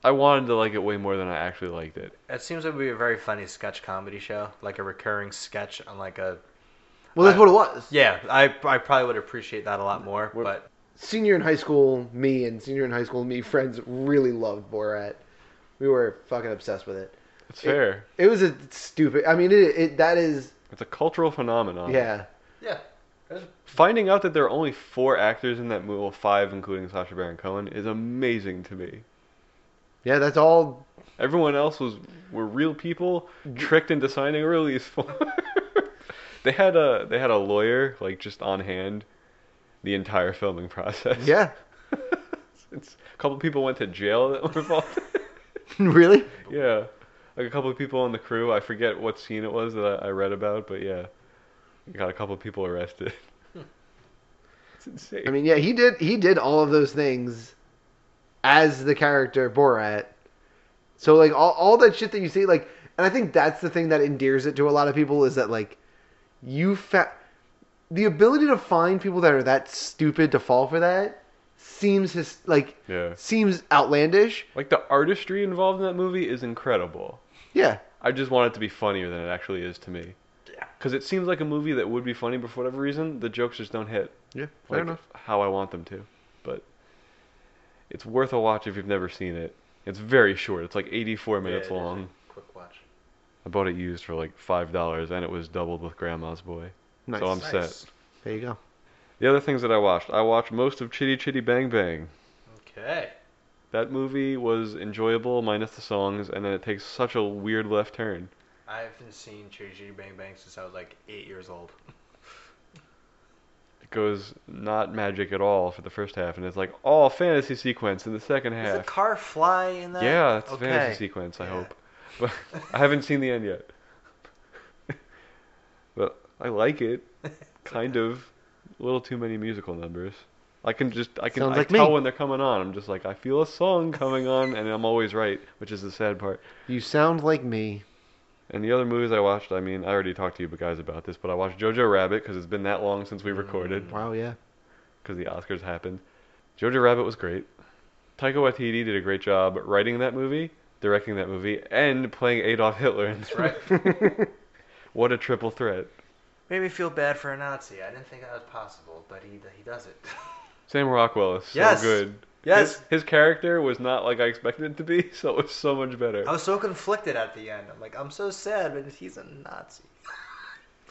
Speaker 1: I wanted to like it way more than I actually liked it.
Speaker 2: It seems like it would be a very funny sketch comedy show, like a recurring sketch on like a
Speaker 3: Well, that's
Speaker 2: I-
Speaker 3: what it was.
Speaker 2: Yeah, I, I probably would appreciate that a lot more,
Speaker 1: What-
Speaker 2: but
Speaker 3: senior in high school, me and senior in high school, me friends really loved Borat. We were fucking obsessed with it.
Speaker 1: It's fair.
Speaker 3: It was a stupid. I mean, it, it that is
Speaker 1: It's a cultural phenomenon.
Speaker 3: yeah.
Speaker 2: yeah,
Speaker 1: Finding out that there are only four actors in that movie, well, five including Sacha Baron Cohen, is amazing to me.
Speaker 3: Yeah, that's all.
Speaker 1: Everyone else was were real people tricked into signing a release form. they had a they had a lawyer like just on hand the entire filming process.
Speaker 3: Yeah,
Speaker 1: It's, a couple people went to jail that were involved.
Speaker 3: really.
Speaker 1: yeah. Like a couple of people on the crew, I forget what scene it was that I, I read about, but yeah. got a couple people arrested. it's insane.
Speaker 3: I mean, yeah, he did he did all of those things as the character Borat. So like all all that shit that you see, like, and I think that's the thing that endears it to a lot of people is that like you fa- the ability to find people that are that stupid to fall for that seems his like
Speaker 1: yeah.
Speaker 3: seems outlandish.
Speaker 1: Like the artistry involved in that movie is incredible.
Speaker 3: Yeah,
Speaker 1: I just want it to be funnier than it actually is to me.
Speaker 2: Yeah.
Speaker 1: Because it seems like a movie that would be funny, but for whatever reason, the jokes just don't hit
Speaker 3: yeah, fair
Speaker 1: like
Speaker 3: enough.
Speaker 1: how I want them to. But it's worth a watch if you've never seen it. It's very short. It's like 84 minutes
Speaker 2: it is a
Speaker 1: long.
Speaker 2: Quick watch.
Speaker 1: I bought it used for like five dollars, and it was doubled with Grandma's Boy.
Speaker 3: Nice.
Speaker 1: So I'm
Speaker 2: Nice.
Speaker 1: set.
Speaker 3: There you go.
Speaker 1: The other things that I watched, I watched most of Chitty Chitty Bang Bang.
Speaker 2: Okay.
Speaker 1: That movie was enjoyable, minus the songs, and then it takes such a weird left turn.
Speaker 2: I haven't seen Chitty Chitty Bang Bang since I was like eight years old.
Speaker 1: It goes not magic at all for the first half, and it's like all fantasy sequence in the second
Speaker 2: Does the
Speaker 1: half.
Speaker 2: car fly in that? Oh,
Speaker 1: Yeah, it's
Speaker 2: okay.
Speaker 1: a fantasy sequence. I
Speaker 2: Yeah.
Speaker 1: hope, but I haven't seen the end yet. but I like it, kind of. A little too many musical numbers. I can just I can
Speaker 3: Sounds
Speaker 1: I
Speaker 3: like
Speaker 1: tell
Speaker 3: me.
Speaker 1: when they're coming on. I'm just like I feel a song coming on, and I'm always right, which is the sad part.
Speaker 3: You sound like me.
Speaker 1: And the other movies I watched, I mean, I already talked to you guys about this, but I watched Jojo Rabbit because it's been that long since we recorded
Speaker 3: Wow, yeah.
Speaker 1: because the Oscars happened. Jojo Rabbit was great. Taika Waititi did a great job writing that movie, directing that movie, and playing Adolf Hitler. In
Speaker 2: That's
Speaker 1: that
Speaker 2: right.
Speaker 1: What a triple threat.
Speaker 2: Made me feel bad for a Nazi. I didn't think that was possible, but he he does it.
Speaker 1: Sam Rockwell is so
Speaker 2: Yes.
Speaker 1: good.
Speaker 2: Yes.
Speaker 1: His, his character was not like I expected it to be, so it was so much better.
Speaker 2: I was so conflicted at the end. I'm like, I'm so sad, but he's a Nazi.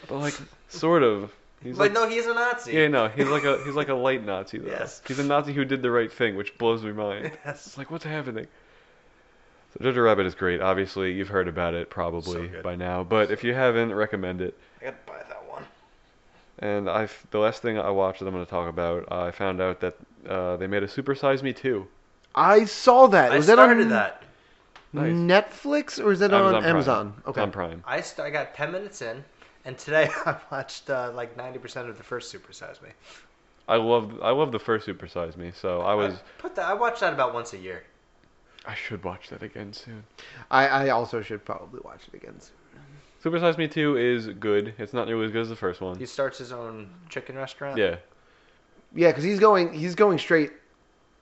Speaker 1: But like, sort of. He's
Speaker 2: but
Speaker 1: like,
Speaker 2: no, he's a Nazi.
Speaker 1: yeah, no, he's like a he's like a light Nazi though.
Speaker 2: Yes.
Speaker 1: He's a Nazi who did the right thing, which blows me mind. It's
Speaker 2: Yes.
Speaker 1: like what's happening? So Jojo Rabbit is great. Obviously, you've heard about it probably
Speaker 2: good.
Speaker 1: by now, but if you haven't, recommend it.
Speaker 2: I gotta buy that one.
Speaker 1: And I, f- the last thing I watched that I'm going to talk about, I found out that uh, they made a Super Size Me too.
Speaker 3: I saw that.
Speaker 2: I
Speaker 3: Was that on
Speaker 2: started that.
Speaker 1: Nice.
Speaker 3: Netflix or is that on Amazon?
Speaker 1: Prime. It's on Prime.
Speaker 2: I st- I got ten minutes in, and today I watched uh, like ninety percent of the first Super Size Me.
Speaker 1: I love I love the first Super Size Me, so I was
Speaker 2: put that. I watch that about once a year.
Speaker 1: I should watch that again soon.
Speaker 3: I, I also should probably watch it again. soon.
Speaker 1: Super Size Me 2 is good. It's not nearly as good as the first
Speaker 2: He
Speaker 1: one.
Speaker 2: starts his own chicken restaurant.
Speaker 1: Yeah.
Speaker 3: Yeah, because he's going he's going straight.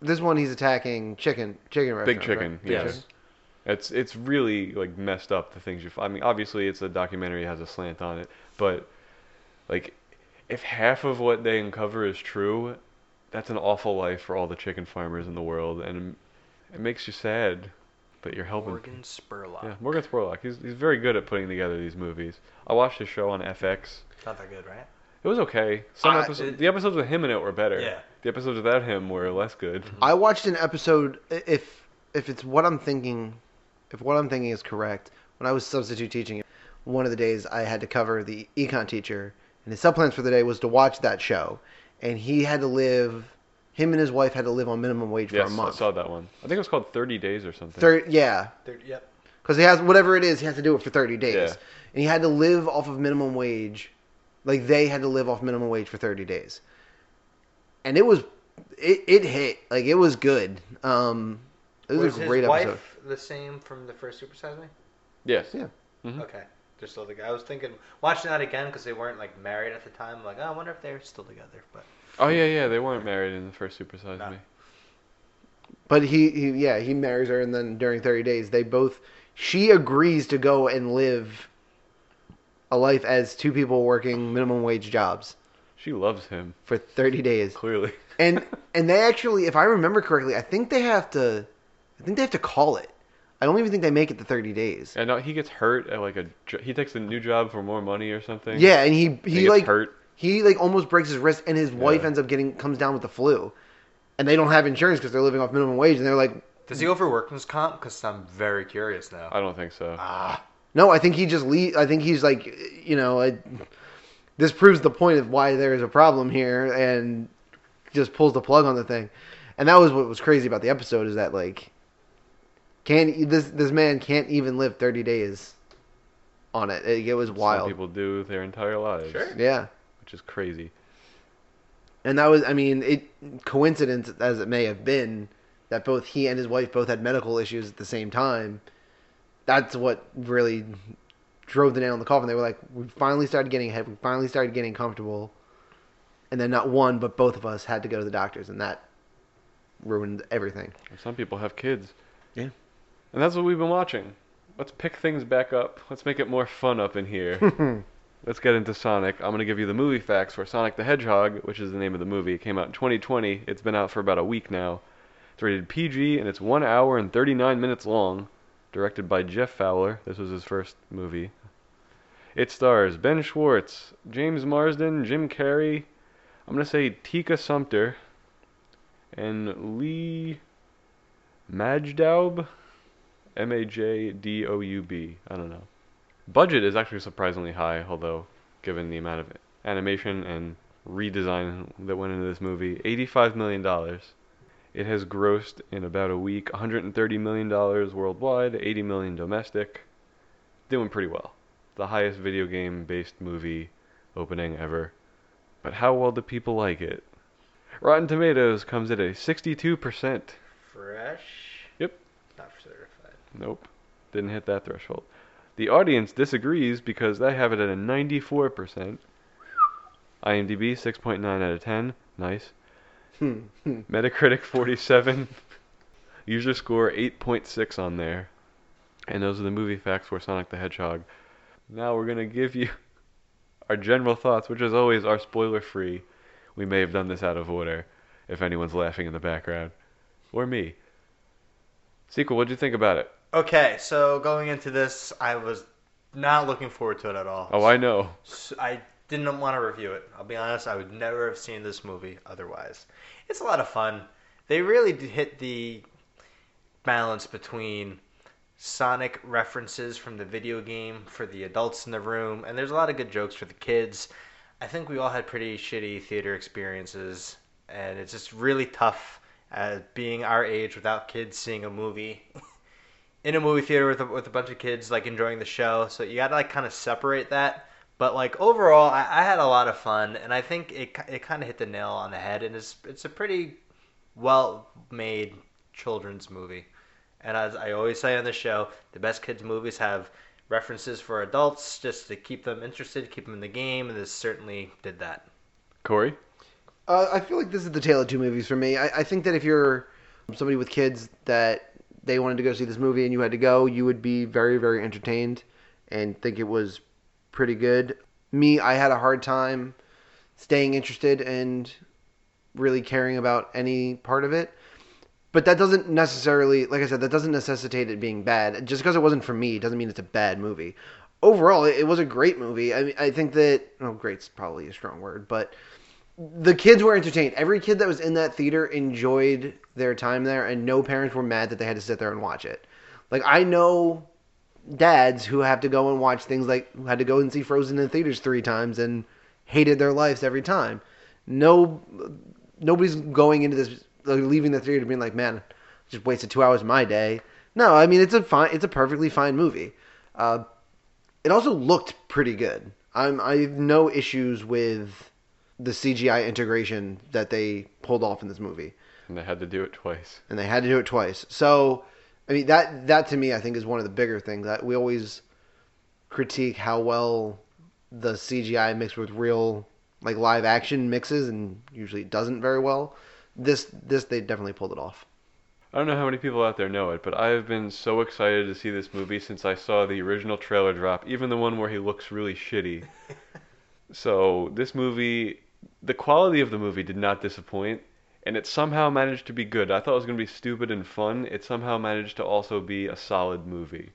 Speaker 3: This one he's attacking chicken chicken restaurant.
Speaker 1: Big
Speaker 3: right?
Speaker 1: Chicken.
Speaker 3: Big
Speaker 1: yes.
Speaker 3: Chicken.
Speaker 1: It's it's really like messed up the things you find. I mean, obviously it's a documentary it has a slant on it, but like if half of what they uncover is true, that's an awful life for all the chicken farmers in the world and it makes you sad that you're helping
Speaker 2: Morgan Spurlock.
Speaker 1: Yeah, Morgan Spurlock. He's he's very good at putting together these movies. I watched his show on FX.
Speaker 2: Not that good, right?
Speaker 1: It was okay. Some
Speaker 3: I-
Speaker 1: episodes,
Speaker 2: it-
Speaker 1: the episodes with him in it were better.
Speaker 2: Yeah.
Speaker 1: The episodes without him were less good.
Speaker 3: I watched an episode i- if if it's what I'm thinking if what I'm thinking is correct, when I was substitute teaching one of the days I had to cover the econ teacher and his subplans for the day was to watch that show and he had to live him and his wife had to live on minimum wage for
Speaker 1: yes,
Speaker 3: a
Speaker 1: I
Speaker 3: month.
Speaker 1: saw that one. I think it was called Thirty Days or something.
Speaker 3: Thir- yeah,
Speaker 2: They're- yep.
Speaker 3: because he has whatever it is, he has to do it for thirty days,
Speaker 1: Yeah.
Speaker 3: and he had to live off of minimum wage, like they had to live off minimum wage for thirty days, and it was, it, it hit like it was good. Um, it was,
Speaker 2: Was
Speaker 3: a great
Speaker 2: his
Speaker 3: episode.
Speaker 2: wife the same from the first Super Size Me?
Speaker 1: Yes.
Speaker 3: Yeah.
Speaker 1: Mhm.
Speaker 2: Okay, they're still together. I was thinking watching that again because they weren't like married at the time. I'm like, oh, I wonder if they're still together. But
Speaker 1: Oh yeah, yeah. They weren't married in the first Super Size
Speaker 2: No.
Speaker 1: Me.
Speaker 3: But he, he, yeah, he marries her, and then during thirty days, they both, she agrees to go and live a life as two people working minimum wage jobs
Speaker 1: She loves him
Speaker 3: for thirty days.
Speaker 1: clearly.
Speaker 3: and and they actually, if I remember correctly, I think they have to, I think they have to call it. I don't even think they make it to thirty days.
Speaker 1: and now he gets hurt at like a. jo- He takes a new job for more money or something.
Speaker 3: Yeah, and he
Speaker 1: He,
Speaker 3: he,
Speaker 1: gets
Speaker 3: like
Speaker 1: hurt.
Speaker 3: he like almost breaks his wrist, and his wife
Speaker 1: Yeah.
Speaker 3: ends up getting comes down with the flu, and they don't have insurance because they're living off minimum wage, and they're like,
Speaker 2: does he overwork his comp? Because I'm very curious now.
Speaker 1: I don't think so.
Speaker 2: ah,
Speaker 3: no, I think he just leave. I think he's like, you know, I, this proves the point of why there is a problem here, and just pulls the plug on the thing, and that was what was crazy about the episode is e, that like, can this this man can't even live thirty days on it. It, it was
Speaker 1: Some
Speaker 3: wild.
Speaker 1: people do their entire lives,
Speaker 2: Sure.
Speaker 3: Yeah.
Speaker 1: which is crazy.
Speaker 3: And that was, I mean, it coincidence as it may have been that both he and his wife both had medical issues at the same time. That's what really drove the nail in the coffin. They were like, we finally started getting ahead. We finally started getting comfortable. And then not one, but both of us had to go to the doctors, and that ruined everything.
Speaker 1: And Some people have kids.
Speaker 3: Yeah.
Speaker 1: And that's what we've been watching. Let's pick things back up. Let's make it more fun up in here. Let's get into Sonic. I'm going to give you the movie facts for Sonic the Hedgehog, which is the name of the movie. It came out in 2020. It's been out for about a week now. It's rated PG and it's 1 hour and 39 minutes long. Directed by Jeff Fowler. This was his first movie. It stars Ben Schwartz, James Marsden, Jim Carrey. I'm going to say Tika Sumpter and Lee Majdaub. M A J D O U B. I don't know. Budget is actually surprisingly high, although given the amount of animation and redesign that went into this movie, eighty-five million dollars. It has grossed in about a week, one hundred and thirty million dollars worldwide, eighty million domestic. Doing pretty well. The highest video game-based movie opening ever. But how well do people like it? Rotten Tomatoes comes at a sixty-two percent.
Speaker 2: Fresh.
Speaker 1: Yep.
Speaker 2: Not certified.
Speaker 1: Nope. Didn't hit that threshold. The audience disagrees because they have it at a 94%. IMDb 6.9 out of 10. Nice. Metacritic 47. User score 8.6 on there. And those are the movie facts for Sonic the Hedgehog. Now we're going to give you our general thoughts, which as always are spoiler free. We may have done this out of order if anyone's laughing in the background. Or me. Sequel, what'd you think about it?
Speaker 2: Okay, so going into this, I was not looking forward to it at all.
Speaker 1: Oh, I know.
Speaker 2: S- I didn't want to review it. I'll be honest, I would never have seen this movie otherwise. It's a lot of fun. They really d- hit the balance between Sonic references from the video game for the adults in the room, and there's a lot of good jokes for the kids. I think we all had pretty shitty theater experiences, and it's just really tough uh, being our age without kids seeing a movie in a movie theater with a, with a bunch of kids like enjoying the show so you gotta like kind of separate that but like overall I, I had a lot of fun and i think it, ki- it kind of hit the nail on the head and it's it's a pretty well made children's movie and as i always say on the show the best kids movies have references for adults just to keep them interested keep them in the game and this certainly did that
Speaker 1: Corey?
Speaker 3: Uh, I feel like this is the tale of two movies for me. I, I think that if you're somebody with kids that they wanted to go see this movie and you had to go, you would be very, very entertained and think it was pretty good. Me, I had a hard time staying interested and really caring about any part of it. But that doesn't necessarily, like I said, that doesn't necessitate it being bad. Just because it wasn't for me doesn't mean it's a bad movie. Overall, it it was a great movie. I mean, I think that, oh, great's probably a strong word, but the kids were entertained. Every kid that was in that theater enjoyed their time there, and no parents were mad that they had to sit there and watch it. Like I know dads who have to go and watch things like who had to go and see Frozen in theaters three times and hated their lives every time. No, nobody's going into this like, leaving the theater being like, man, I just wasted two hours of my day. No, I mean it's a fine, it's a perfectly fine movie. Uh, it also looked pretty good. I'm I have no issues with the CGI integration that they pulled off in this movie,
Speaker 1: And they had to do it twice.
Speaker 3: and they had to do it twice. So, I mean that that to me I think is one of the bigger things that we always critique how well the CGI mixed with real like live action mixes, and usually it doesn't very well. This this they definitely pulled it off.
Speaker 1: I don't know how many people out there know it, but I have been so excited to see this movie since I saw the original trailer drop, even the one where he looks really shitty. so, this movie, the quality of the movie did not disappoint, and it somehow managed to be good. I thought it was going to be stupid and fun. It somehow managed to also be a solid movie.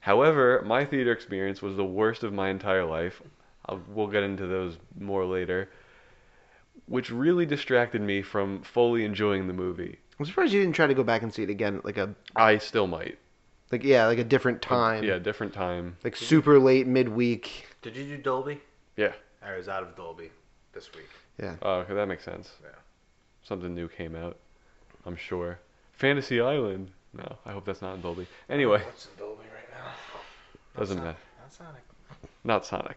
Speaker 1: However, my theater experience was the worst of my entire life. I'll, we'll get into those more later, which really distracted me from fully enjoying the movie.
Speaker 3: I'm surprised you didn't try to go back and see it again, like a
Speaker 1: I still might.
Speaker 3: like yeah, like a different time,
Speaker 1: Yeah, different time.
Speaker 3: like super late midweek.
Speaker 2: did you do dolby
Speaker 1: Yeah.
Speaker 2: i was out of dolby this week
Speaker 1: Oh, okay, that makes sense.
Speaker 2: Yeah.
Speaker 1: Something new came out, I'm sure. Fantasy Island. No, I hope that's not in Dolby. Anyway,
Speaker 2: what's in dolby right now
Speaker 1: doesn't
Speaker 2: not-
Speaker 1: matter.
Speaker 2: I Not Sonic.
Speaker 1: not Sonic.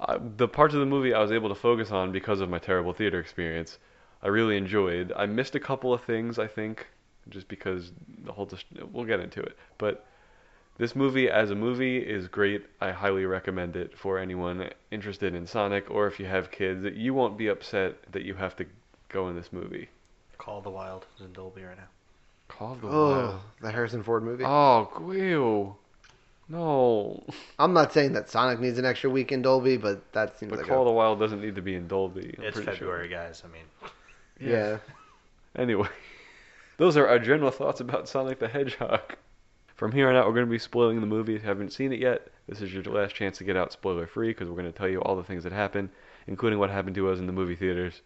Speaker 1: Uh, the parts of the movie I was able to focus on because of my terrible theater experience, I really enjoyed. I missed a couple of things, I think, just because the whole. Dis- we'll get into it, but this movie as a movie is great. I highly recommend it for anyone interested in Sonic, or if you have kids, you won't be upset that you have to go in this movie.
Speaker 2: Call of the Wild is in Dolby right now.
Speaker 1: Call of the
Speaker 3: Oh, the Harrison Ford movie.
Speaker 1: Wild. Oh, ew. No.
Speaker 3: I'm not saying that Sonic needs an extra week in Dolby, but that seems
Speaker 1: But
Speaker 3: like
Speaker 1: Call of
Speaker 3: a,
Speaker 1: the Wild doesn't need to be in Dolby. I'm
Speaker 2: It's
Speaker 1: pretty sure.
Speaker 2: February, guys. I mean,
Speaker 3: yeah.
Speaker 1: Anyway, those are our general thoughts about Sonic the Hedgehog. From here on out, we're going to be spoiling the movie if you haven't seen it yet. This is your last chance to get out spoiler free because we're going to tell you all the things that happen, including what happened to us in the movie theaters,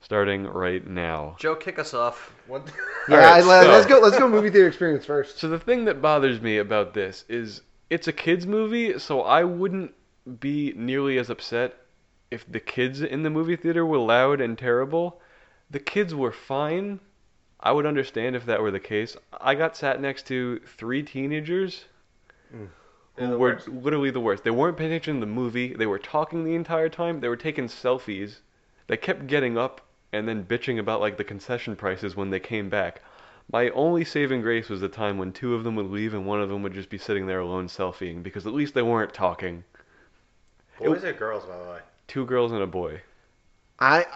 Speaker 1: starting right now.
Speaker 2: Joe, kick us off. What?
Speaker 3: Yeah,
Speaker 1: Alright,
Speaker 3: I- let- let's
Speaker 1: so-
Speaker 3: go. Let's go movie theater experience first.
Speaker 1: So, the thing that bothers me about this is it's a kids' movie, so I wouldn't be nearly as upset if the kids in the movie theater were loud and terrible. The kids were fine. I would understand if that were the case. I got sat next to three teenagers
Speaker 2: They're
Speaker 1: who
Speaker 2: Mm. the
Speaker 1: were
Speaker 2: worst.
Speaker 1: literally the worst. They weren't paying attention to the movie. They were talking the entire time. They were taking selfies. They kept getting up and then bitching about like the concession prices when they came back. My only saving grace was the time when two of them would leave and one of them would just be sitting there alone selfieing because at least they weren't talking.
Speaker 2: Boys or girls, by the way?
Speaker 1: Two girls and a boy.
Speaker 3: I,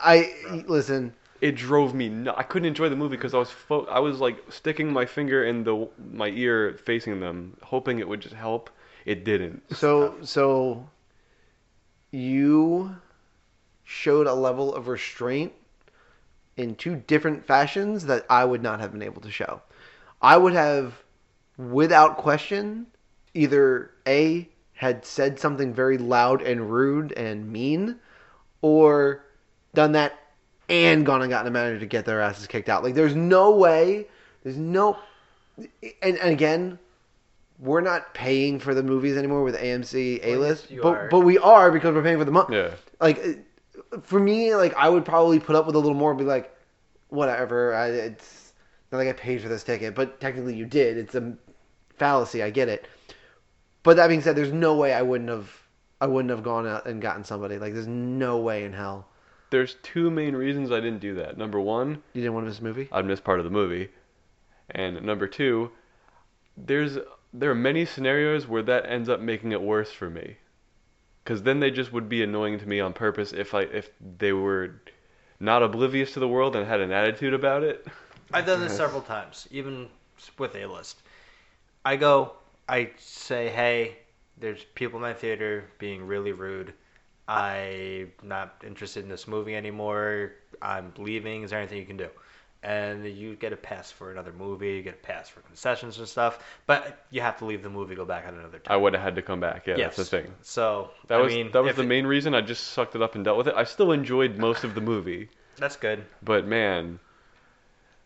Speaker 3: I listen.
Speaker 1: it drove me nu- I couldn't enjoy the movie because I was fo- I was like sticking my finger in the my ear facing them hoping it would just help it didn't
Speaker 3: So, so you showed a level of restraint in two different fashions that I would not have been able to show. I would have, without question, either A, had said something very loud and rude and mean, or done that and gone and gotten a manager to get their asses kicked out. Like, there's no way, there's no. And, and again, we're not paying for the movies anymore with AMC A list,
Speaker 2: you
Speaker 3: but,
Speaker 2: are.
Speaker 3: but we are because we're paying for the month
Speaker 1: yeah
Speaker 3: like uh, for me like i would probably put up with a little more and be like whatever I, it's not like i paid for this ticket but technically you did it's a fallacy i get it but that being said there's no way i wouldn't have i wouldn't have gone out and gotten somebody like there's no way in hell
Speaker 1: there's two main reasons I didn't do that number 1
Speaker 3: you didn't want to miss a movie
Speaker 1: I missed part of the movie and number 2 there's there are many scenarios where that ends up making it worse for me cuz then they just would be annoying to me on purpose if I if they were not oblivious to the world and had an attitude about it
Speaker 2: I've done this several times, even with a list. I go, I say, hey, there's people in my theater being really rude. I'm not interested in this movie anymore. I'm leaving. Is there anything you can do? And you get a pass for another movie. You get a pass for concessions and stuff. But you have to leave the movie, go back at another time.
Speaker 1: I would have had to come back yeah that's the
Speaker 2: Yes.
Speaker 1: thing
Speaker 2: So
Speaker 1: That
Speaker 2: I
Speaker 1: was
Speaker 2: mean,
Speaker 1: that was
Speaker 2: if
Speaker 1: the
Speaker 2: it-
Speaker 1: main reason. I just sucked it up and dealt with it. I still enjoyed most of the movie,
Speaker 2: That's good.
Speaker 1: but man,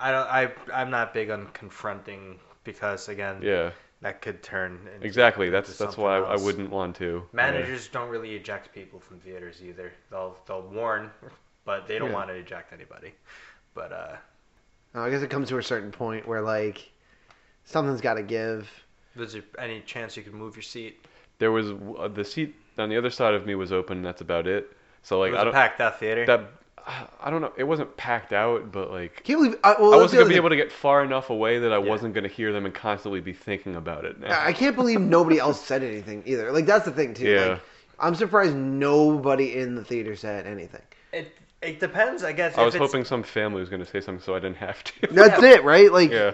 Speaker 2: I don't. I I'm not big on confronting because again,
Speaker 1: yeah,
Speaker 2: that could turn into,
Speaker 1: exactly. That's
Speaker 2: into
Speaker 1: that's
Speaker 2: something
Speaker 1: why I, I
Speaker 2: else.
Speaker 1: wouldn't want to. Yeah.
Speaker 2: Managers don't really eject people from theaters either. They'll they'll warn, but they don't
Speaker 3: Yeah.
Speaker 2: want to eject anybody. But uh,
Speaker 3: Uh, i guess it comes to a certain point where like something's got to give
Speaker 2: is there any chance you could move your seat?
Speaker 1: There was uh, the seat on the other side of me was open. and That's about it. So
Speaker 2: Like,
Speaker 1: like
Speaker 2: it
Speaker 1: I
Speaker 2: was a
Speaker 1: don't
Speaker 2: packed out theater.
Speaker 1: that I don't know. It wasn't packed out, but like
Speaker 3: can't believe i, well,
Speaker 1: I
Speaker 3: that's
Speaker 1: wasn't
Speaker 3: the
Speaker 1: gonna be
Speaker 3: other
Speaker 1: able to get far enough away that I
Speaker 2: Yeah.
Speaker 1: wasn't gonna hear them and constantly be thinking about it.
Speaker 3: I I can't believe nobody else said anything either. Like that's the thing too.
Speaker 1: Yeah.
Speaker 3: Like, I'm surprised nobody in the theater said anything.
Speaker 2: it it depends, I guess.
Speaker 1: I
Speaker 2: if
Speaker 1: was
Speaker 2: it's-
Speaker 1: hoping some family was gonna say something so I didn't have to.
Speaker 3: That's it, right? Like
Speaker 1: yeah,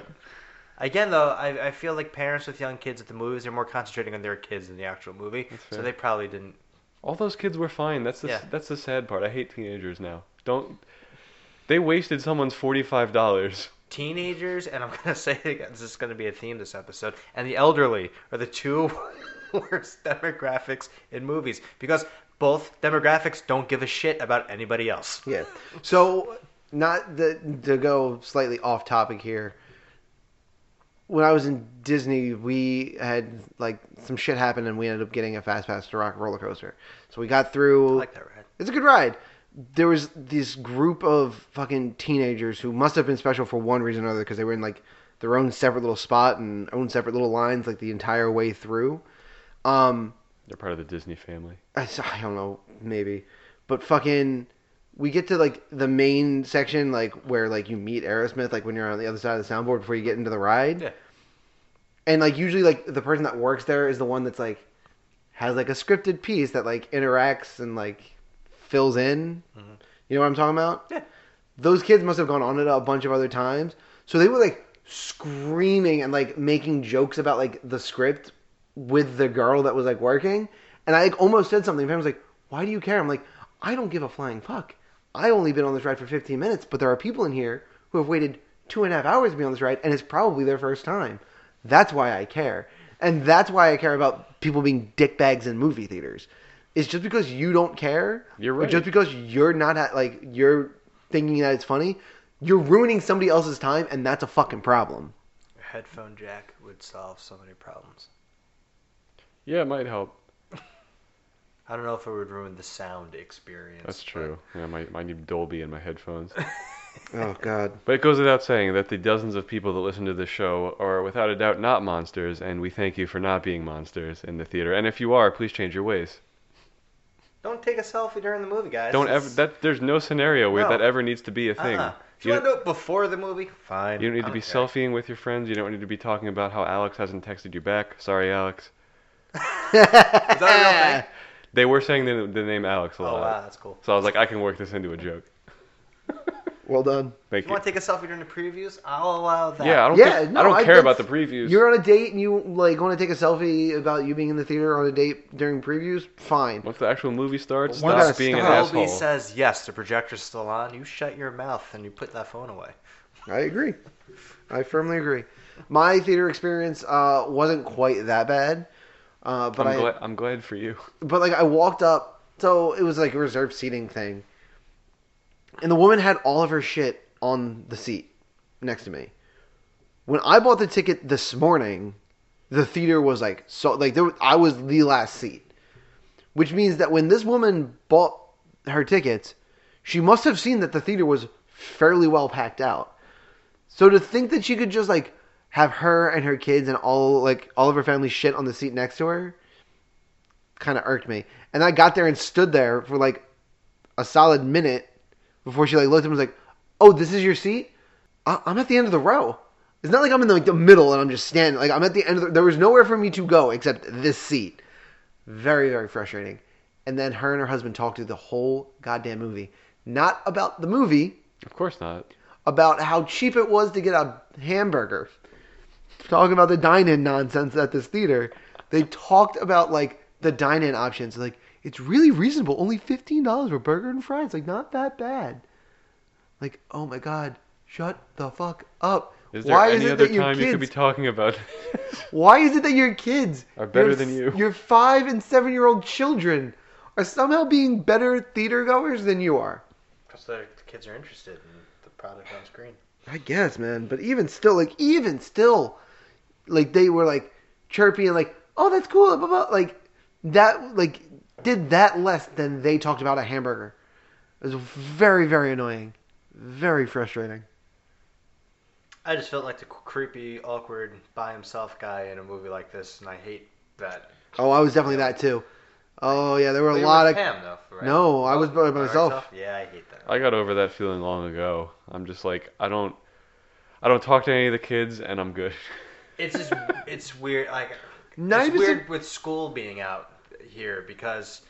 Speaker 2: Again, though, I, I feel like parents with young kids at the movies are more concentrating on their kids than the actual movie, so
Speaker 1: fair.
Speaker 2: they probably didn't.
Speaker 1: All those kids were fine. That's the
Speaker 2: Yeah.
Speaker 1: that's the sad part. I hate teenagers now. Don't they wasted someone's forty five dollars?
Speaker 2: Teenagers, and I'm gonna say it again, this is gonna be a theme this episode, and the elderly are the two worst demographics in movies because both demographics don't give a shit about anybody else.
Speaker 3: Yeah. So, not the, to go slightly off topic here. When I was in Disney, we had like some shit happened, and we ended up getting a fast pass to Rock Roller Coaster. So we got
Speaker 2: I
Speaker 3: through.
Speaker 2: like that ride.
Speaker 3: It's a good ride. There was this group of fucking teenagers who must have been special for one reason or another because they were in like their own separate little spot and own separate little lines like the entire way through. Um,
Speaker 1: They're part of the Disney family.
Speaker 3: I, s- I don't know, maybe, but fucking, we get to like the main section, like where like you meet Aerosmith, like when you're on the other side of the soundboard before you get into the ride.
Speaker 2: Yeah.
Speaker 3: And like usually, like the person that works there is the one that's like has like a scripted piece that like interacts and like fills in.
Speaker 2: Mhm.
Speaker 3: You know what I'm talking about?
Speaker 2: Yeah.
Speaker 3: Those kids must have gone on it a bunch of other times, so they were like screaming and like making jokes about like the script with the girl that was like working, and I like almost said something. Pam was like, "Why do you care?" I'm like, "I don't give a flying fuck. I only been on this ride for 15 minutes, but there are people in here who have waited two and a half hours to be on this ride, and it's probably their first time. That's why I care, and that's why I care about people being dickbags in movie theaters. It's just because you don't care,
Speaker 1: You're
Speaker 3: or
Speaker 1: right.
Speaker 3: Just because you're not at, like you're thinking that it's funny, you're ruining somebody else's time, and that's a fucking problem.
Speaker 2: A headphone jack would solve so many problems.
Speaker 1: Yeah, it might help.
Speaker 2: I don't know if it would ruin the sound experience.
Speaker 1: That's
Speaker 2: but-
Speaker 1: true. Yeah, I might, might need Dolby in my headphones.
Speaker 3: Oh God.
Speaker 1: But it goes without saying that the dozens of people that listen to this show are without a doubt not monsters, and we thank you for not being monsters in the theater. And if you are, please change your ways.
Speaker 2: Don't take a selfie during the movie, guys.
Speaker 1: Don't ever. That there's no scenario where
Speaker 2: No.
Speaker 1: that ever needs to be a thing.
Speaker 2: Uh-uh. If you,
Speaker 1: You,
Speaker 2: want to do it before the movie, fine.
Speaker 1: you don't need to
Speaker 2: I
Speaker 1: be
Speaker 2: care.
Speaker 1: selfieing with your friends. You don't need to be talking about how Alex hasn't texted you back. Sorry, Alex.
Speaker 2: Is that a real thing?
Speaker 1: They were saying the, the name Alex a
Speaker 2: Oh
Speaker 1: lot.
Speaker 2: wow, that's cool.
Speaker 1: So I was like, I can work this into a joke.
Speaker 3: Well done.
Speaker 1: Thank
Speaker 2: If
Speaker 1: you.
Speaker 2: you want to take a selfie during the previews, I'll allow that.
Speaker 1: yeah, I don't.
Speaker 3: Yeah,
Speaker 1: think-
Speaker 3: no,
Speaker 1: I don't
Speaker 3: I-
Speaker 1: care about the
Speaker 3: that's-
Speaker 1: previews.
Speaker 3: You're on a date and you like want to take a selfie about you being in the theater on a date during previews. Fine.
Speaker 1: Once the actual movie starts,
Speaker 3: One gotta
Speaker 1: stop being an
Speaker 3: stop.
Speaker 1: asshole.
Speaker 2: Dolby says yes. The projector's still on. You shut your mouth and you put that phone away.
Speaker 3: I agree. I firmly agree. My theater experience uh, wasn't quite that bad, uh, but
Speaker 1: I'm,
Speaker 3: I
Speaker 1: gla- I'm glad for you.
Speaker 3: but like I walked up, so it was like a reserved seating thing, and the woman had all of her shit on the seat next to me. When I bought the ticket this morning, the theater was like so like there was, I was the last seat, which means that when this woman bought her tickets, she must have seen that the theater was fairly well packed out. So to think that she could just like have her and her kids and all like all of her family shit on the seat next to her kind of irked me. And I got there and stood there for like a solid minute before she like looked at me and was like, "Oh, this is your seat? I- I'm at the end of the row. It's not like I'm in like the middle and I'm just standing. Like I'm at the end of the- there was nowhere for me to go except this seat. Very very frustrating. And then her and her husband talked through the whole goddamn movie, not about the movie,
Speaker 1: Of course not.
Speaker 3: about how cheap it was to get a hamburger. Talking about the dine-in nonsense at this theater, they talked about like the dine-in options. Like it's really reasonable, only fifteen dollars for burger and fries. Like not that bad. Like oh my god, shut the fuck up.
Speaker 1: Is there any other time you could be talking about?
Speaker 3: Why is it that your kids
Speaker 1: Are better
Speaker 3: your-
Speaker 1: than you?
Speaker 3: Your five and seven year old children are somehow being better theater goers than you are.
Speaker 2: Because the kids are interested in the product on screen.
Speaker 3: I guess, man. But even still, like even still, like they were like chirpy and like, oh, that's cool. Blah, blah, blah. Like that, like did that less than they talked about a hamburger. It was very, very annoying, very frustrating.
Speaker 2: I just felt like the creepy, awkward, by himself guy in a movie like this, and I hate that.
Speaker 3: Oh, I was definitely that too. Oh yeah, there were a
Speaker 2: Well, you were
Speaker 3: lot
Speaker 2: with
Speaker 3: of.
Speaker 2: Pam, though, right? Oh,
Speaker 3: No, I was by
Speaker 2: By
Speaker 3: myself.
Speaker 2: herself? Yeah, I hate that.
Speaker 1: I got over that feeling long ago. I'm just like I don't, I don't talk to any of the kids, and I'm good.
Speaker 2: It's just, it's weird. Like,
Speaker 3: Not
Speaker 2: it's
Speaker 3: even
Speaker 2: weird with school being out here because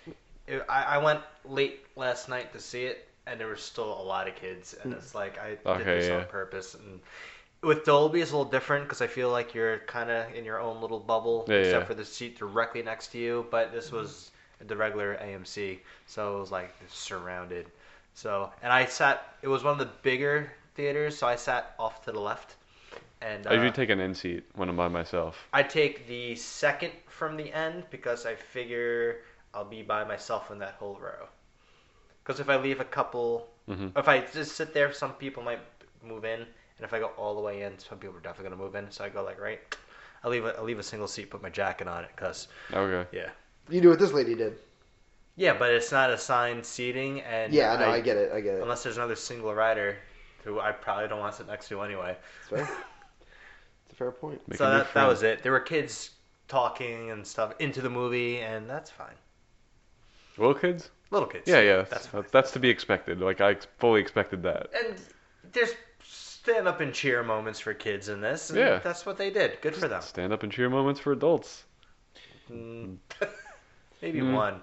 Speaker 2: it, I, I went late last night to see it, and there were still a lot of kids, and it's like I
Speaker 1: Okay,
Speaker 2: did this
Speaker 1: yeah.
Speaker 2: on purpose. And with Dolby, it's a little different because I feel like you're kind of in your own little bubble,
Speaker 1: Yeah,
Speaker 2: except
Speaker 1: yeah.
Speaker 2: for the seat directly next to you. But this was the regular AMC, so it was like surrounded. So, and I sat. It was one of the bigger theaters, so I sat off to the left. And
Speaker 1: I
Speaker 2: uh,
Speaker 1: usually take an end seat when I'm by myself.
Speaker 2: I take the second from the end because I figure I'll be by myself in that whole row. Because if I leave a couple,
Speaker 1: Mhm.
Speaker 2: if I just sit there, some people might move in, and if I go all the way in, some people are definitely gonna move in. So I go like right, I leave a, I leave a single seat, put my jacket on it, cause
Speaker 1: Okay.
Speaker 2: yeah,
Speaker 3: You do what this lady did.
Speaker 2: yeah, but it's not assigned seating, and
Speaker 3: Yeah, no, I, get it. I get it.
Speaker 2: Unless there's another single rider, who I probably don't want to sit next to anyway.
Speaker 3: It's fair. It's a fair point.
Speaker 1: Making
Speaker 2: so
Speaker 1: new
Speaker 2: that, that
Speaker 1: friends.
Speaker 2: was it. There were kids talking and stuff into the movie, and that's fine.
Speaker 1: Little kids?
Speaker 2: Little kids.
Speaker 1: Yeah, yeah. That's
Speaker 2: That's fine.
Speaker 1: that's, to be expected. Like I ex- fully expected that.
Speaker 2: And there's stand up and cheer moments for kids in this. And
Speaker 1: Yeah.
Speaker 2: That's what they did. Good for them.
Speaker 1: Stand up and cheer moments for adults.
Speaker 2: Mm. Maybe
Speaker 1: Mm.
Speaker 2: one.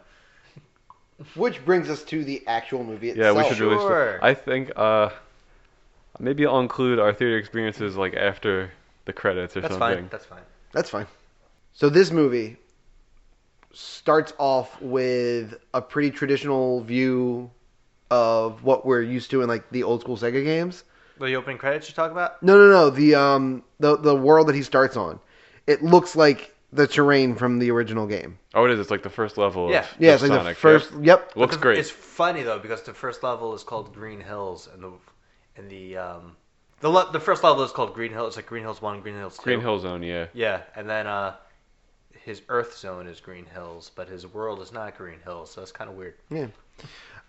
Speaker 3: Which brings us to the actual movie
Speaker 1: Yeah,
Speaker 3: itself.
Speaker 1: we should really.
Speaker 2: Sure.
Speaker 1: St- I think uh, maybe I'll include our theater experiences like after the credits or
Speaker 2: That's
Speaker 1: something.
Speaker 2: fine. That's fine.
Speaker 3: That's fine. So this movie starts off with a pretty traditional view of what we're used to in like the old school Sega games.
Speaker 2: The opening credits you talk about?
Speaker 3: No, no, no. The um the the world that he starts on, it looks like the terrain from the original game.
Speaker 1: Oh, it is. It's like the first level.
Speaker 2: Yeah.
Speaker 1: Of,
Speaker 3: Yeah,
Speaker 1: of
Speaker 3: it's like
Speaker 1: Sonic.
Speaker 3: the
Speaker 1: yeah.
Speaker 3: first.
Speaker 1: Looks
Speaker 3: Yep.
Speaker 2: Because
Speaker 1: great.
Speaker 2: It's funny though because the first level is called Green Hills, and the and the um the le- the first level is called Green Hills. It's like Green Hills One, Green Hills Two.
Speaker 1: Green Hill Zone. Yeah.
Speaker 2: Yeah, and then uh, his Earth zone is Green Hills, but his world is not Green Hills, so that's kind of weird.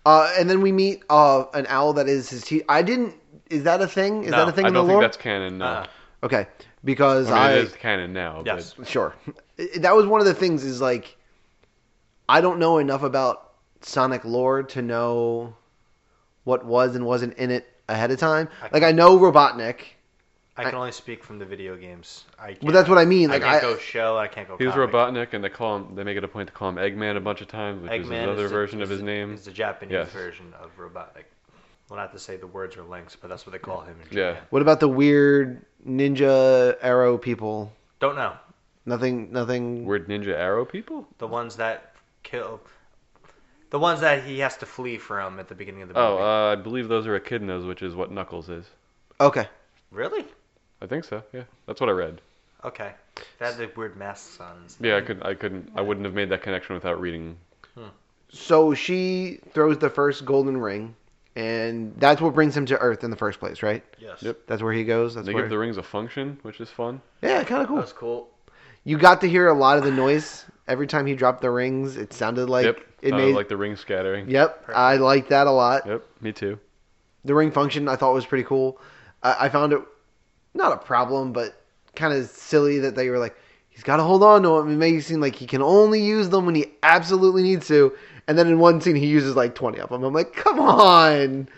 Speaker 3: Uh, and then we meet uh an owl that is his. Te- I didn't. Is that a thing? Is
Speaker 2: No,
Speaker 3: that a thing
Speaker 1: I
Speaker 3: in the
Speaker 1: don't think
Speaker 3: lore?
Speaker 1: that's canon. No.
Speaker 2: Uh,
Speaker 3: Okay,
Speaker 1: I
Speaker 3: because
Speaker 1: mean,
Speaker 3: I
Speaker 1: it is canon now.
Speaker 2: Yes.
Speaker 3: Sure. It- That was one of the things is like I don't know enough about Sonic lore to know what was and wasn't in it ahead of time.
Speaker 2: I-
Speaker 3: Like I know Robotnik,
Speaker 2: I
Speaker 3: I-
Speaker 2: can only speak from the video games. I can't,
Speaker 3: but that's what I mean.
Speaker 2: I
Speaker 3: Like
Speaker 2: can't
Speaker 3: I,
Speaker 2: go show. I can't go.
Speaker 1: But he was
Speaker 2: comic.
Speaker 1: Robotnik, and they call him. They make it a point to call him Eggman a bunch of times, which is
Speaker 2: Eggman
Speaker 1: another
Speaker 2: the-
Speaker 1: version of his
Speaker 2: is the-
Speaker 1: name.
Speaker 2: is the Japanese
Speaker 1: Yes.
Speaker 2: version of Robotnik. Well, not to say the words are links, but that's what they call him. In
Speaker 1: Yeah.
Speaker 2: Japan.
Speaker 3: what about the weird ninja arrow people?
Speaker 2: Don't know
Speaker 3: Nothing. Nothing.
Speaker 1: Weird Ninja Arrow people.
Speaker 2: the ones that kill, the ones that he has to flee from at the beginning of the movie.
Speaker 1: Oh, uh, I believe those are echidnas, which is what Knuckles is.
Speaker 3: Okay.
Speaker 2: really?
Speaker 1: I think so. Yeah, that's what I read.
Speaker 2: Okay. They had the weird masks on. and stuff.
Speaker 1: Yeah, I could, I couldn't, I wouldn't have made that connection without reading.
Speaker 3: So she throws the first golden ring, and that's what brings him to Earth in the first place, right?
Speaker 2: Yes.
Speaker 1: Yep.
Speaker 3: That's where he goes. That's
Speaker 1: they
Speaker 3: where.
Speaker 1: give the rings a function, which is fun.
Speaker 3: Yeah, kind
Speaker 2: That
Speaker 3: of cool.
Speaker 2: was cool.
Speaker 3: You got to hear a lot of the noise every time he dropped the rings. It sounded like
Speaker 1: yep,
Speaker 3: it
Speaker 1: Uh,
Speaker 3: made.
Speaker 1: like the ring scattering.
Speaker 3: yep,
Speaker 2: Perfect.
Speaker 3: I like that a lot.
Speaker 1: Yep, me too.
Speaker 3: The ring function I thought was pretty cool. I, I found it not a problem, but kind of silly that they were like, he's got to hold on to them. It makes it seem like he can only use them when he absolutely needs to. And then in one scene, he uses like twenty of them. I'm like, come on.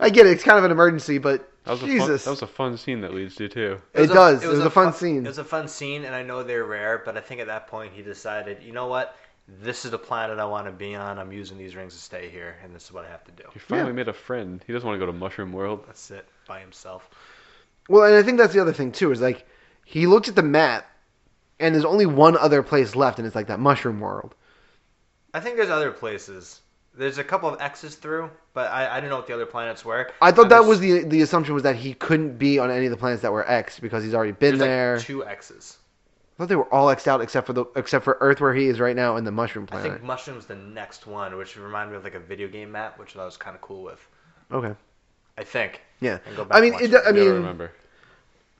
Speaker 3: I get it. It's kind of an emergency, but
Speaker 1: That was a fun,
Speaker 3: Jesus,
Speaker 1: that was a fun scene that leads to too.
Speaker 3: It
Speaker 2: was a-
Speaker 3: does. It was a fun
Speaker 2: fu-
Speaker 3: scene.
Speaker 2: It was a fun scene, and I know they're rare, but I think at that point he decided, you know what? This is the planet I want to be on. I'm using these rings to stay here, and this is what I have to do.
Speaker 1: He finally made a friend. He doesn't want to go to Mushroom World.
Speaker 2: That's it by himself.
Speaker 3: Well, and I think that's the other thing too is like he looked at the map, and there's only one other place left, and it's like that mushroom world.
Speaker 2: I think there's other places. There's a couple of X's through, but I, I didn't know what the other planets were.
Speaker 3: I thought
Speaker 2: I'm
Speaker 3: that
Speaker 2: ass-
Speaker 3: was the the assumption was that he couldn't be on any of the planets that were X because he's already been
Speaker 2: There's
Speaker 3: there.
Speaker 2: like two X's.
Speaker 3: I thought they were all X'd out except for the except for Earth where he is right now and the mushroom
Speaker 2: I
Speaker 3: planet.
Speaker 2: think Mushroom's the next one, which reminded me of like a video game map, which I was kind of cool with.
Speaker 3: Okay.
Speaker 2: I think.
Speaker 3: Yeah.
Speaker 2: And go back
Speaker 3: I mean,
Speaker 2: and
Speaker 3: it,
Speaker 2: watch
Speaker 3: I
Speaker 1: I never
Speaker 3: mean,
Speaker 1: remember.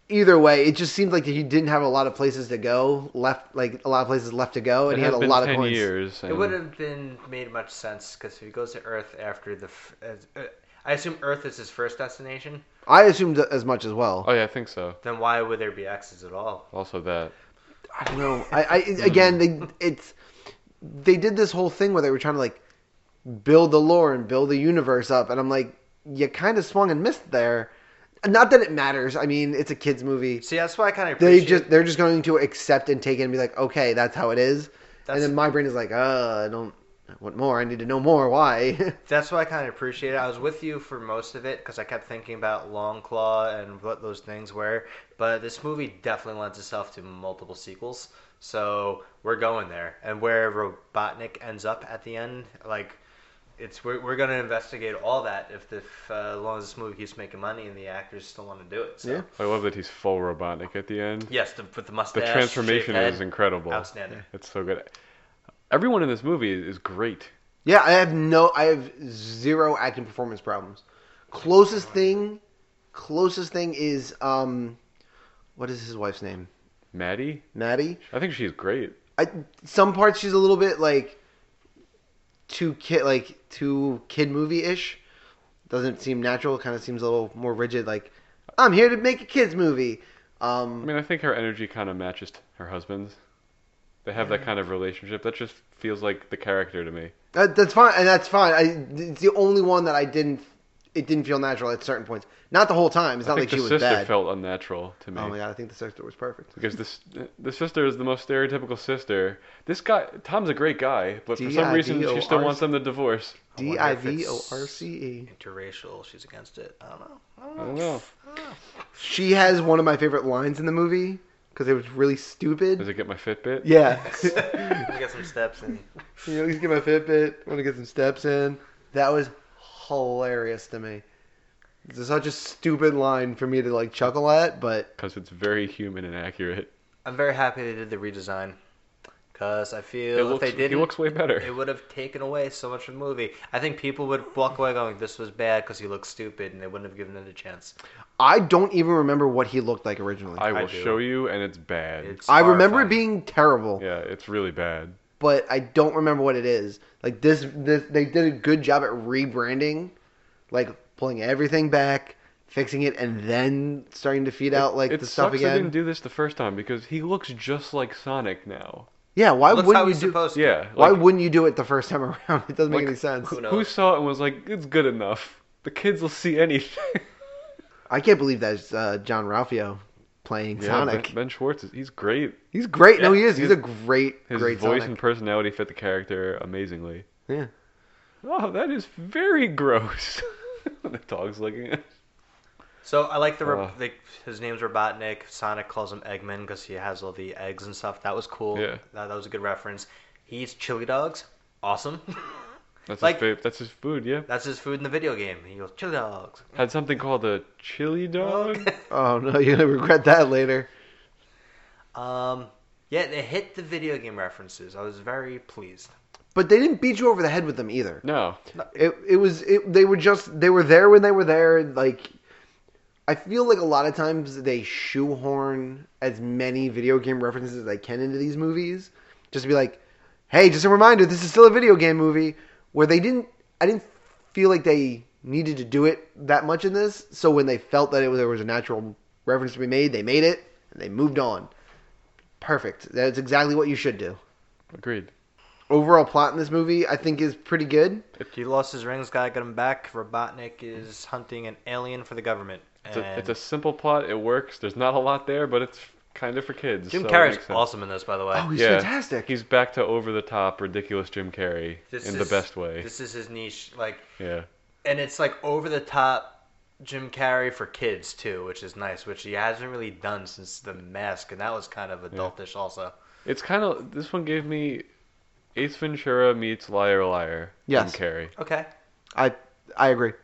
Speaker 3: either way, it just seemed like he didn't have a lot of places to go left, like a lot of places left to go, and
Speaker 1: It
Speaker 3: he
Speaker 1: has
Speaker 3: had a
Speaker 1: been
Speaker 3: lot of
Speaker 1: 10
Speaker 3: coins.
Speaker 1: years.
Speaker 2: It
Speaker 1: and-
Speaker 2: would have been made much sense because if he goes to Earth after the, f- as- uh, I assume Earth is his first destination.
Speaker 3: I assumed as much as well.
Speaker 1: Oh yeah, I think so.
Speaker 2: Then why would there be X's at all?
Speaker 1: Also that.
Speaker 3: I don't know. I, I again, they it's they did this whole thing where they were trying to like build the lore and build the universe up, and I'm like, you kind of swung and missed there. Not that it matters. I mean, it's a kids movie.
Speaker 2: See, that's why I kind of
Speaker 3: They
Speaker 2: appreciate.
Speaker 3: just they're just going to accept and take it and be like, okay, that's how it is.
Speaker 2: That's-
Speaker 3: and then my brain is like, uh, I don't want more. I need to know more. Why?
Speaker 2: That's why I kind of appreciate it. I was with you for most of it because I kept thinking about Long Claw and what those things were. But this movie definitely lends itself to multiple sequels, so we're going there. And where Robotnik ends up at the end, like it's we're, we're going to investigate all that if, the, if uh, as long as this movie keeps making money and the actors still want to do it. So.
Speaker 3: Yeah.
Speaker 1: I love that he's full robotic at the end.
Speaker 2: Yes, the, with the
Speaker 1: The
Speaker 2: mustache.
Speaker 1: transformation
Speaker 2: shaved head,
Speaker 1: is incredible.
Speaker 2: outstanding.
Speaker 1: It's so good. Everyone in this movie is great.
Speaker 3: Yeah, I have no, I have zero acting performance problems. Closest thing, closest thing is um, what is his wife's name?
Speaker 1: Maddie,
Speaker 3: Maddie.
Speaker 1: I think she's great.
Speaker 3: I some parts she's a little bit like too kid, like too kid movie ish. Doesn't seem natural. Kind of seems a little more rigid. Like I'm here to make a kids movie.
Speaker 1: I
Speaker 3: Um,
Speaker 1: mean, I think her energy kind of matches her husband's. They have that kind of relationship. That just feels like the character to me.
Speaker 3: That, that's fine, and that's fine. I, it's the only one that I didn't. It didn't feel natural at certain points. Not the whole time. It's
Speaker 1: I
Speaker 3: not
Speaker 1: think
Speaker 3: like she
Speaker 1: the
Speaker 3: was
Speaker 1: sister
Speaker 3: bad.
Speaker 1: felt unnatural to me.
Speaker 3: oh my god, I think the sister was perfect.
Speaker 1: Because this the sister is the most stereotypical sister. This guy Tom's a great guy, but for some reason she still
Speaker 3: D-I-V-O-R-C.
Speaker 1: wants them to divorce.
Speaker 2: I
Speaker 3: D
Speaker 2: wonder
Speaker 3: i
Speaker 2: if it's-
Speaker 3: v o r c e.
Speaker 2: Interracial, she's against it. I don't know. I don't
Speaker 1: I
Speaker 2: know.
Speaker 1: don't know.
Speaker 3: She has one of my favorite lines in the movie because it was really
Speaker 1: Does
Speaker 3: stupid.
Speaker 1: it get my Fitbit?
Speaker 3: Yeah.
Speaker 2: we got some steps in.
Speaker 3: Can you at least get my Fitbit? Want to get some steps in? That was hilarious to me. It's such a stupid line for me to like chuckle at, but
Speaker 1: Because it's very human and accurate.
Speaker 2: I'm very happy they did the redesign because I feel
Speaker 1: It
Speaker 2: if
Speaker 1: looks,
Speaker 2: they
Speaker 1: he
Speaker 2: didn't,
Speaker 1: looks way better.
Speaker 2: it would have taken away so much of the movie. I think people would walk away going, "This was bad" because he looked stupid, and they wouldn't have given it a chance.
Speaker 3: I don't even remember what he looked like originally. I,
Speaker 1: I will
Speaker 2: do.
Speaker 1: show you, and it's bad.
Speaker 2: It's
Speaker 3: remember it
Speaker 2: horrifying.
Speaker 3: being terrible,
Speaker 1: yeah, it's really bad.
Speaker 3: but I don't remember what it is. Like this, this they did a good job at rebranding, like pulling everything back, fixing it, and then starting to feed out like
Speaker 1: it
Speaker 3: the
Speaker 1: sucks
Speaker 3: stuff
Speaker 1: they didn't
Speaker 3: again.
Speaker 1: do this the first time because he looks just like Sonic now.
Speaker 3: Yeah, why
Speaker 2: Looks how
Speaker 3: wouldn't you
Speaker 2: he's
Speaker 3: do?
Speaker 2: supposed to.
Speaker 1: Yeah.
Speaker 3: why
Speaker 1: like,
Speaker 3: wouldn't you do it the first time around? It doesn't make
Speaker 1: Like,
Speaker 3: any sense.
Speaker 2: who knows?
Speaker 1: Who saw it and was like, it's good enough. The kids will see anything.
Speaker 3: I can't believe that's uh, John Ralphio playing
Speaker 1: Yeah,
Speaker 3: Sonic.
Speaker 1: Ben, ben Schwartz, is, he's great.
Speaker 3: He's great. no,
Speaker 2: Yeah,
Speaker 3: he is. He's
Speaker 1: his-
Speaker 3: a great,
Speaker 1: His
Speaker 3: great
Speaker 1: voice and
Speaker 3: Sonic.
Speaker 1: personality fit the character amazingly.
Speaker 3: Yeah.
Speaker 1: Oh, that is very gross. the dog's looking at
Speaker 2: So I like the, re-
Speaker 1: Uh.
Speaker 2: the his name's Robotnik. Sonic calls him Eggman because he has all the eggs and stuff. That was cool.
Speaker 1: Yeah.
Speaker 2: that, that was a good reference. He eats chili dogs. Awesome.
Speaker 1: That's
Speaker 2: Like-
Speaker 1: his fa- that's his food, yeah.
Speaker 2: That's his food in the video game. He goes chili dogs.
Speaker 1: Had something called a chili dog.
Speaker 3: Oh no, you're gonna regret that later.
Speaker 2: um, yeah, they hit the video game references. I was very pleased.
Speaker 3: But they didn't beat you over the head with them either.
Speaker 1: No.
Speaker 3: It it was it, they were just they were there when they were there. Like I feel like a lot of times they shoehorn as many video game references as they can into these movies, just to be like, hey, just a reminder, this is still a video game movie. Where they didn't, I didn't feel like they needed to do it that much in this. So when they felt that it was, there was a natural reference to be made, they made it and they moved on. Perfect. That's exactly what you should do.
Speaker 1: Agreed.
Speaker 3: Overall plot in this movie, I think, is pretty good.
Speaker 2: He lost his rings. Guy got him back. Robotnik is hunting an alien for the government.
Speaker 1: It's a,
Speaker 2: And
Speaker 1: it's a simple plot. It works. There's not a lot there, but it's kind of for kids.
Speaker 2: Jim
Speaker 1: so it
Speaker 2: Carrey's
Speaker 1: makes sense.
Speaker 2: awesome in this, by the way.
Speaker 3: Oh, he's
Speaker 1: Yeah.
Speaker 3: fantastic.
Speaker 1: He's back to over the top, ridiculous Jim Carrey
Speaker 2: This
Speaker 1: in the
Speaker 2: is-
Speaker 1: best way.
Speaker 2: This is his niche. Like
Speaker 1: Yeah.
Speaker 2: and it's like over the top Jim Carrey for kids too, which is nice, which he hasn't really done since The Mask, and that was kind of adultish also.
Speaker 1: It's kind of this one gave me Ace Ventura meets Liar Liar.
Speaker 3: Yes.
Speaker 1: Jim Carrey.
Speaker 2: Okay,
Speaker 3: I I agree.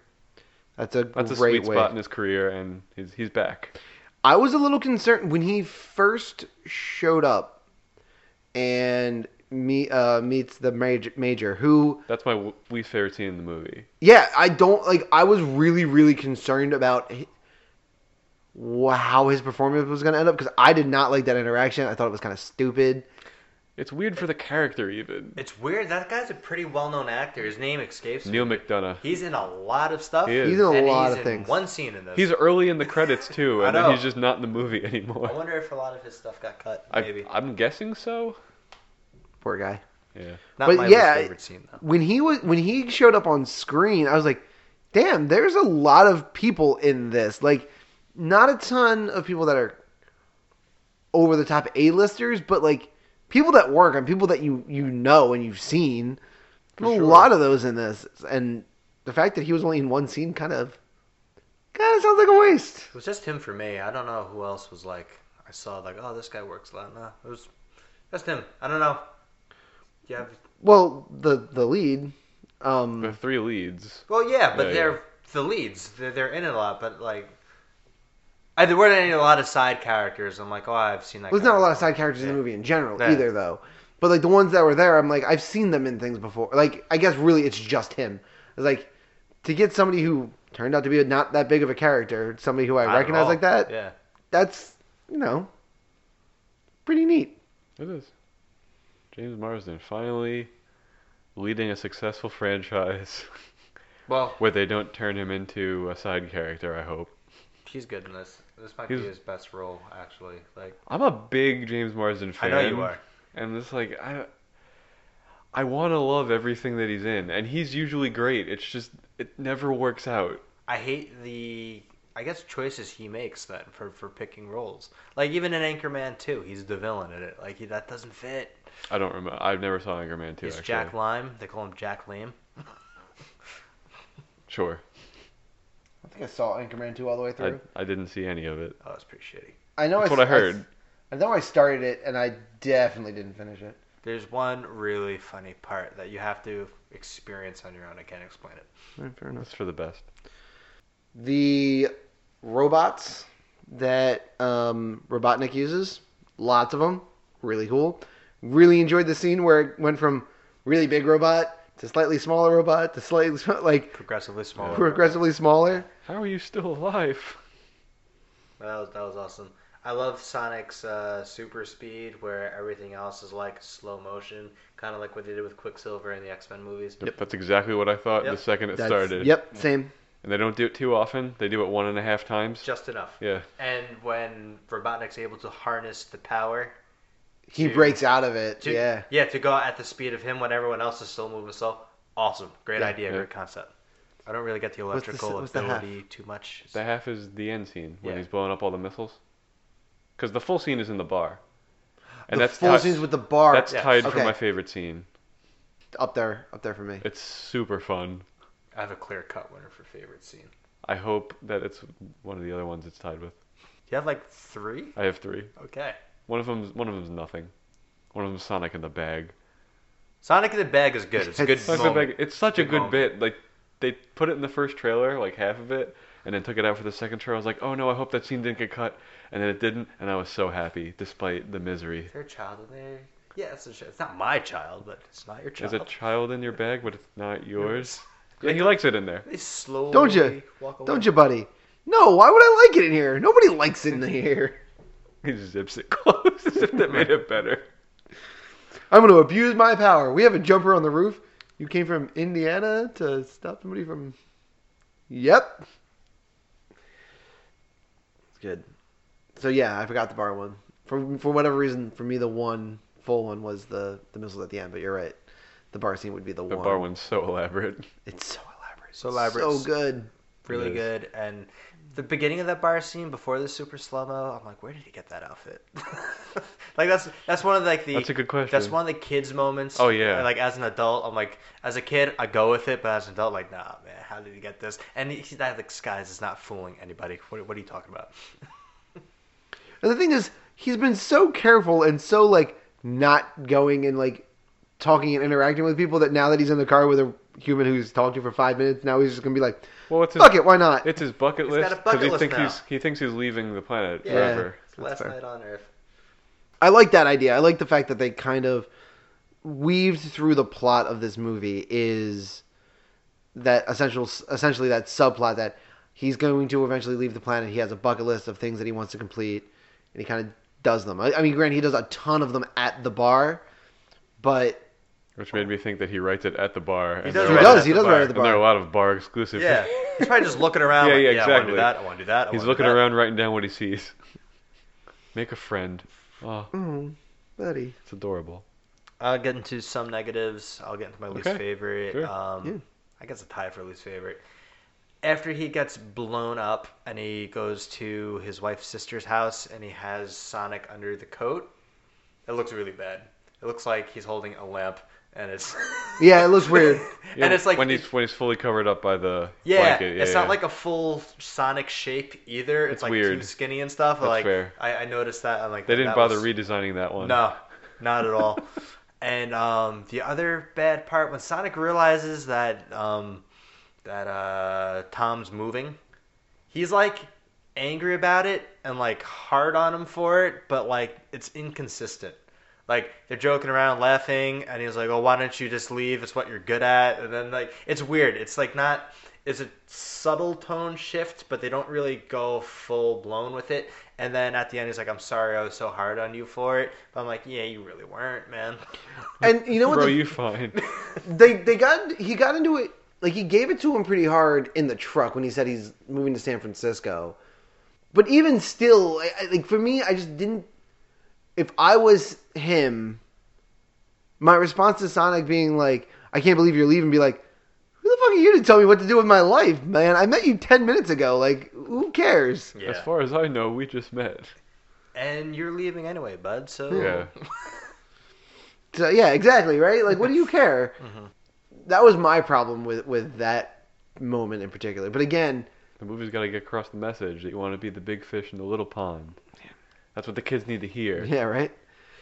Speaker 3: That's a
Speaker 1: That's a
Speaker 3: great
Speaker 1: sweet
Speaker 3: way.
Speaker 1: spot in his career, and he's he's back.
Speaker 3: I was a little concerned when he first showed up and me uh, meets the major, major who
Speaker 1: That's my w- least favorite scene in the movie.
Speaker 3: yeah I don't like I was really really concerned about hi- wh- how his performance was going to end up because I did not like that interaction I thought it was kind of stupid
Speaker 1: It's weird for the character even.
Speaker 2: it's weird. That guy's a pretty well-known actor. His name escapes me.
Speaker 1: Neil McDonough.
Speaker 2: He's in a lot of stuff.
Speaker 1: He is.
Speaker 3: He's in a
Speaker 2: and
Speaker 3: lot
Speaker 2: he's
Speaker 3: of
Speaker 2: in
Speaker 3: things.
Speaker 2: One scene in this.
Speaker 1: He's early in the credits too,
Speaker 2: I
Speaker 1: and then he's
Speaker 2: know.
Speaker 1: just not in the movie
Speaker 2: I
Speaker 1: anymore.
Speaker 2: wonder if a lot of his stuff got cut.
Speaker 1: I,
Speaker 2: Maybe
Speaker 1: I'm guessing so.
Speaker 3: poor guy
Speaker 1: Yeah.
Speaker 2: not
Speaker 3: but
Speaker 2: my
Speaker 3: yeah,
Speaker 2: least favorite scene though.
Speaker 3: when he was when he showed up on screen, I was like, "Damn, there's a lot of people in this. Like, not a ton of people that are over the top A-listers, but like people that work and people that you you know and you've seen.
Speaker 1: For
Speaker 3: There's
Speaker 1: sure.
Speaker 3: A lot of those in this, and the fact that he was only in one scene kind of kind of sounds like a waste.
Speaker 2: It was just him for me. I don't know who else was like. I saw like, oh, this guy works a lot. No, it was just him. I don't know. Yeah.
Speaker 3: Well, the the lead, um,
Speaker 1: The three leads.
Speaker 2: Well, yeah, but
Speaker 1: Yeah,
Speaker 2: they're
Speaker 1: yeah.
Speaker 2: the leads. They're, they're in it a lot, but like, I, there weren't any a lot of side characters. I'm like, oh, I've seen that.
Speaker 3: Well, there's
Speaker 2: guy
Speaker 3: not a lot of
Speaker 2: before.
Speaker 3: side characters in
Speaker 2: Yeah.
Speaker 3: the movie in general
Speaker 2: Yeah.
Speaker 3: either, though. But like the ones that were there, I'm like, I've seen them in things before. Like, I guess really it's just him. It's like to get somebody who turned out to be not that big of a character, somebody who I
Speaker 2: Not at
Speaker 3: recognize
Speaker 2: all.
Speaker 3: like that.
Speaker 2: Yeah.
Speaker 3: That's you know, pretty neat.
Speaker 1: It is. James Marsden finally leading a successful franchise
Speaker 2: Well,
Speaker 1: where they don't turn him into a side character, I hope.
Speaker 2: he's good in this. This might
Speaker 1: He's-
Speaker 2: be his best role, actually. Like,
Speaker 1: I'm a big James Marsden fan.
Speaker 2: I know you are.
Speaker 1: and it's like I I want to love everything that he's in, and he's usually great. It's just it never works out.
Speaker 2: I hate the I guess choices he makes then for for picking roles. Like even in Anchorman 2, he's the villain in it. Like he, that doesn't fit.
Speaker 1: I don't remember. I've never saw Anchorman 2
Speaker 2: He's
Speaker 1: actually.
Speaker 2: Jack Lime. They call him Jack Lame.
Speaker 1: Sure.
Speaker 3: I think I saw Anchorman 2 all the way
Speaker 1: I,
Speaker 3: through.
Speaker 1: I didn't see any of it.
Speaker 2: Oh, that's pretty shitty.
Speaker 3: I, know
Speaker 1: That's
Speaker 3: I,
Speaker 1: what I heard.
Speaker 3: I, know I started it and I definitely didn't finish it.
Speaker 2: There's one really funny part that you have to experience on your own. I can't explain it.
Speaker 3: fair enough.
Speaker 1: That's for the best.
Speaker 3: The robots that um, Robotnik uses, lots of them, really cool. Really enjoyed the scene where it went from really big robot to slightly smaller robot to slightly sm- like
Speaker 2: Progressively
Speaker 1: Oh,
Speaker 2: smaller.
Speaker 3: progressively smaller.
Speaker 1: How are you still alive?
Speaker 2: But That was, that was awesome. I love Sonic's uh, super speed, where everything else is like slow motion, kind of like what they did with Quicksilver in the X Men movies.
Speaker 1: Yep, that's exactly what I thought
Speaker 2: Yep.
Speaker 1: the second it
Speaker 3: That's-
Speaker 1: started.
Speaker 3: Yep, same.
Speaker 1: And they don't do it too often. They do it one and a half times.
Speaker 2: Just enough.
Speaker 1: yeah.
Speaker 2: And when Robotnik's able to harness the power,
Speaker 3: He
Speaker 2: Two.
Speaker 3: breaks out of it.
Speaker 2: to,
Speaker 3: yeah.
Speaker 2: yeah, to go at the speed of him when everyone else is still moving slow, awesome, great
Speaker 3: Yeah,
Speaker 2: idea,
Speaker 1: yeah.
Speaker 2: great concept. I don't really get the
Speaker 3: What's the s-
Speaker 2: electrical
Speaker 3: what's the half?
Speaker 2: ability too much.
Speaker 1: The half is the end scene when
Speaker 2: Yeah.
Speaker 1: he's blowing up all the missiles. Because the full scene is in the bar. And
Speaker 3: the
Speaker 1: that's
Speaker 3: full
Speaker 1: ti-
Speaker 3: scenes with the bar
Speaker 1: that's
Speaker 2: yeah.
Speaker 1: tied for
Speaker 3: Okay.
Speaker 1: my favorite scene.
Speaker 3: up there, up there for me.
Speaker 1: It's super fun.
Speaker 2: I have a clear cut winner for favorite scene.
Speaker 1: I hope that it's one of the other ones it's tied with.
Speaker 2: You have like three?
Speaker 1: I have three.
Speaker 2: Okay.
Speaker 1: One of them's one of them's nothing. One of them's Sonic in the bag.
Speaker 2: Sonic in the Bag is good. It's a good
Speaker 1: Sonic
Speaker 3: Sonic
Speaker 1: in the
Speaker 2: moment.
Speaker 1: bag. It's such a
Speaker 2: Good
Speaker 1: good
Speaker 2: moment.
Speaker 1: bit. Like they put it in the first trailer, like half of it, and then took it out for the second trailer. I was like, oh no, I hope that scene didn't get cut, and then it didn't, and I was so happy despite the misery.
Speaker 2: Is there a child in there? Yeah, it's, a, ch- it's not my child, but it's not your child.
Speaker 1: Is a child in your bag, but it's not yours. Yeah, he likes it in there.
Speaker 2: They slowly
Speaker 3: Don't you?
Speaker 2: walk away.
Speaker 3: Don't you, buddy? No, why would I like it in here? Nobody likes it in here.
Speaker 1: He zips it closed as if that made it better.
Speaker 3: I'm going to abuse my power. We have a jumper on the roof. You came from Indiana to stop somebody from. Yep. It's good. So yeah, I forgot the bar one. For for whatever reason, for me the one full one was the the missiles at the end. But you're right. The bar scene would be the,
Speaker 1: The
Speaker 3: one.
Speaker 1: bar one's so elaborate.
Speaker 3: It's so elaborate.
Speaker 2: So elaborate.
Speaker 3: So good.
Speaker 2: Really
Speaker 1: It is.
Speaker 2: good. And the beginning of that bar scene before the super slow mo, I'm like, where did he get that outfit? like that's that's one of like the
Speaker 1: That's a good question.
Speaker 2: that's one of the kids moments.
Speaker 1: Oh, yeah.
Speaker 2: And, like as an adult, I'm like, as a kid, I go with it, but as an adult, like, nah, man, how did he get this? And he, that disguise is not fooling anybody. What, what are you talking about?
Speaker 3: And the thing is, he's been so careful and so like not going and like talking and interacting with people that now that he's in the car with a human who's talked to for five minutes, now he's just gonna be like,
Speaker 1: Well, it's his,
Speaker 3: "Fuck it, why not?"
Speaker 1: It's his bucket
Speaker 2: He's got
Speaker 1: list.
Speaker 2: a bucket
Speaker 1: 'cause he
Speaker 2: list
Speaker 1: thinks
Speaker 2: now.
Speaker 1: he's he thinks he's leaving the planet
Speaker 2: Yeah.
Speaker 1: forever.
Speaker 2: It's
Speaker 3: That's
Speaker 2: Last
Speaker 3: fair.
Speaker 2: night on Earth.
Speaker 3: I like that idea. I like the fact that they kind of weaved through the plot of this movie is that essential, essentially that subplot that he's going to eventually leave the planet. He has a bucket list of things that he wants to complete, and he kind of does them. I, I mean, granted, he does a ton of them at the bar, but
Speaker 1: Which made me think that he writes it at the bar. and
Speaker 2: does
Speaker 1: there are
Speaker 2: write
Speaker 1: a lot
Speaker 2: it
Speaker 1: of-
Speaker 2: at the
Speaker 3: bar. He does write it at the
Speaker 1: And there are a
Speaker 3: bar.
Speaker 1: lot of bar exclusive.
Speaker 2: Yeah, he's probably just looking around.
Speaker 1: Yeah,
Speaker 2: like,
Speaker 1: yeah,
Speaker 2: I want to
Speaker 1: exactly.
Speaker 2: do that. I want to do that. I
Speaker 1: He's
Speaker 2: wanna do
Speaker 1: looking
Speaker 2: that.
Speaker 1: around, writing down what he sees. Make a friend. Oh,
Speaker 3: mm, buddy,
Speaker 1: it's adorable.
Speaker 2: I'll get into some negatives. I'll get into my least
Speaker 1: Okay,
Speaker 2: favorite.
Speaker 1: sure.
Speaker 2: Um,
Speaker 3: Yeah.
Speaker 2: I guess a tie for least favorite. After he gets blown up and he goes to his wife's sister's house and he has Sonic under the coat, it looks really bad. It looks like he's holding a lamp and it's
Speaker 3: yeah, it looks weird.
Speaker 1: Yeah,
Speaker 2: and it's like
Speaker 1: when he's when he's fully covered up by the
Speaker 2: yeah,
Speaker 1: blanket. Yeah,
Speaker 2: it's not
Speaker 1: yeah.
Speaker 2: like a full Sonic shape either. It's,
Speaker 1: It's
Speaker 2: like too
Speaker 1: weird.
Speaker 2: skinny and stuff.
Speaker 1: That's
Speaker 2: like
Speaker 1: fair.
Speaker 2: I, I noticed that. I'm like
Speaker 1: they didn't
Speaker 2: that
Speaker 1: bother
Speaker 2: was-
Speaker 1: redesigning that one.
Speaker 2: No, not at all. and um, the other bad part when Sonic realizes that um, that uh, Tom's moving, he's like angry about it and like hard on him for it, but like it's inconsistent. Like they're joking around, laughing, and he's like, "Oh, why don't you just leave? It's what you're good at." And then like it's weird. It's like not. It's a subtle tone shift, but they don't really go full blown with it. And then at the end, he's like, "I'm sorry, I was so hard on you for it." But I'm like, "Yeah, you really weren't, man."
Speaker 3: And you know what?
Speaker 1: Bro,
Speaker 3: the-
Speaker 1: you fine.
Speaker 3: they they got he got into it like he gave it to him pretty hard in the truck when he said he's moving to San Francisco. But even still, I, I, like for me, I just didn't. If I was him, my response to Sonic being like, "I can't believe you're leaving," be like, "Who the fuck are you to tell me what to do with my life, man? I met you ten minutes ago. Like, who cares?"
Speaker 2: Yeah.
Speaker 1: As far as I know, we just met.
Speaker 2: and you're leaving anyway, bud. So
Speaker 1: Yeah.
Speaker 3: So yeah, exactly, right? Like, what do you care?
Speaker 2: Mhm.
Speaker 3: That was my problem with with that moment in particular. But again,
Speaker 1: The movie's got to get across the message that you want to be the big fish in the little pond. That's what the kids need to hear.
Speaker 3: yeah, right.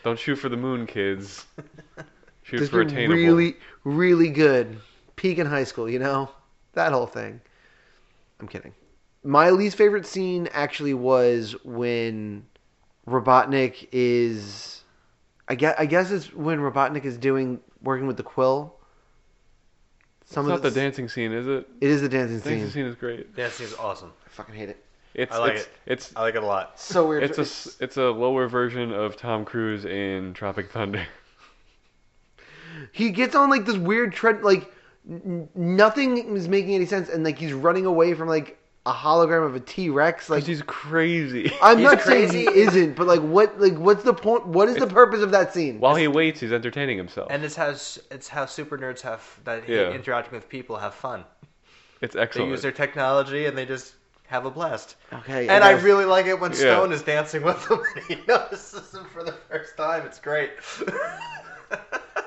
Speaker 1: Don't shoot for the moon, kids. Shoot
Speaker 3: Just
Speaker 1: for
Speaker 3: be
Speaker 1: attainable.
Speaker 3: really, really good. Peak in high school, you know? That whole thing. I'm kidding. My least favorite scene actually was when Robotnik is I guess, I guess it's when Robotnik is doing working with the quill. Some
Speaker 1: it's not
Speaker 3: of
Speaker 1: the
Speaker 3: the
Speaker 1: dancing scene, is it?
Speaker 3: it is the dancing
Speaker 1: The dancing
Speaker 3: scene.
Speaker 1: scene is great.
Speaker 2: that seems awesome.
Speaker 3: I fucking hate it.
Speaker 1: It's
Speaker 2: I like
Speaker 1: it's,
Speaker 2: it.
Speaker 1: it's
Speaker 2: I like it a lot.
Speaker 3: So weird.
Speaker 1: it's a s- it's a lower version of Tom Cruise in Tropic Thunder.
Speaker 3: he gets on like this weird tread like n- nothing is making any sense and like he's running away from like a hologram of a T-Rex like
Speaker 1: 'Cause he's crazy.
Speaker 3: I'm
Speaker 2: He's
Speaker 3: not
Speaker 2: crazy.
Speaker 3: saying he isn't, but like, what, like, what's the point? What is the purpose of that scene?
Speaker 1: While he waits, he's entertaining himself.
Speaker 2: And it's how s- it's how super nerds have that hate
Speaker 1: Yeah.
Speaker 2: interacting with people have fun.
Speaker 1: It's
Speaker 2: They use
Speaker 1: excellent.
Speaker 2: their technology and they just have a blast.
Speaker 3: okay,
Speaker 2: and I
Speaker 3: guess.
Speaker 2: really like it when
Speaker 1: Yeah.
Speaker 2: Stone is dancing with them. and He notices him for the first time. It's great.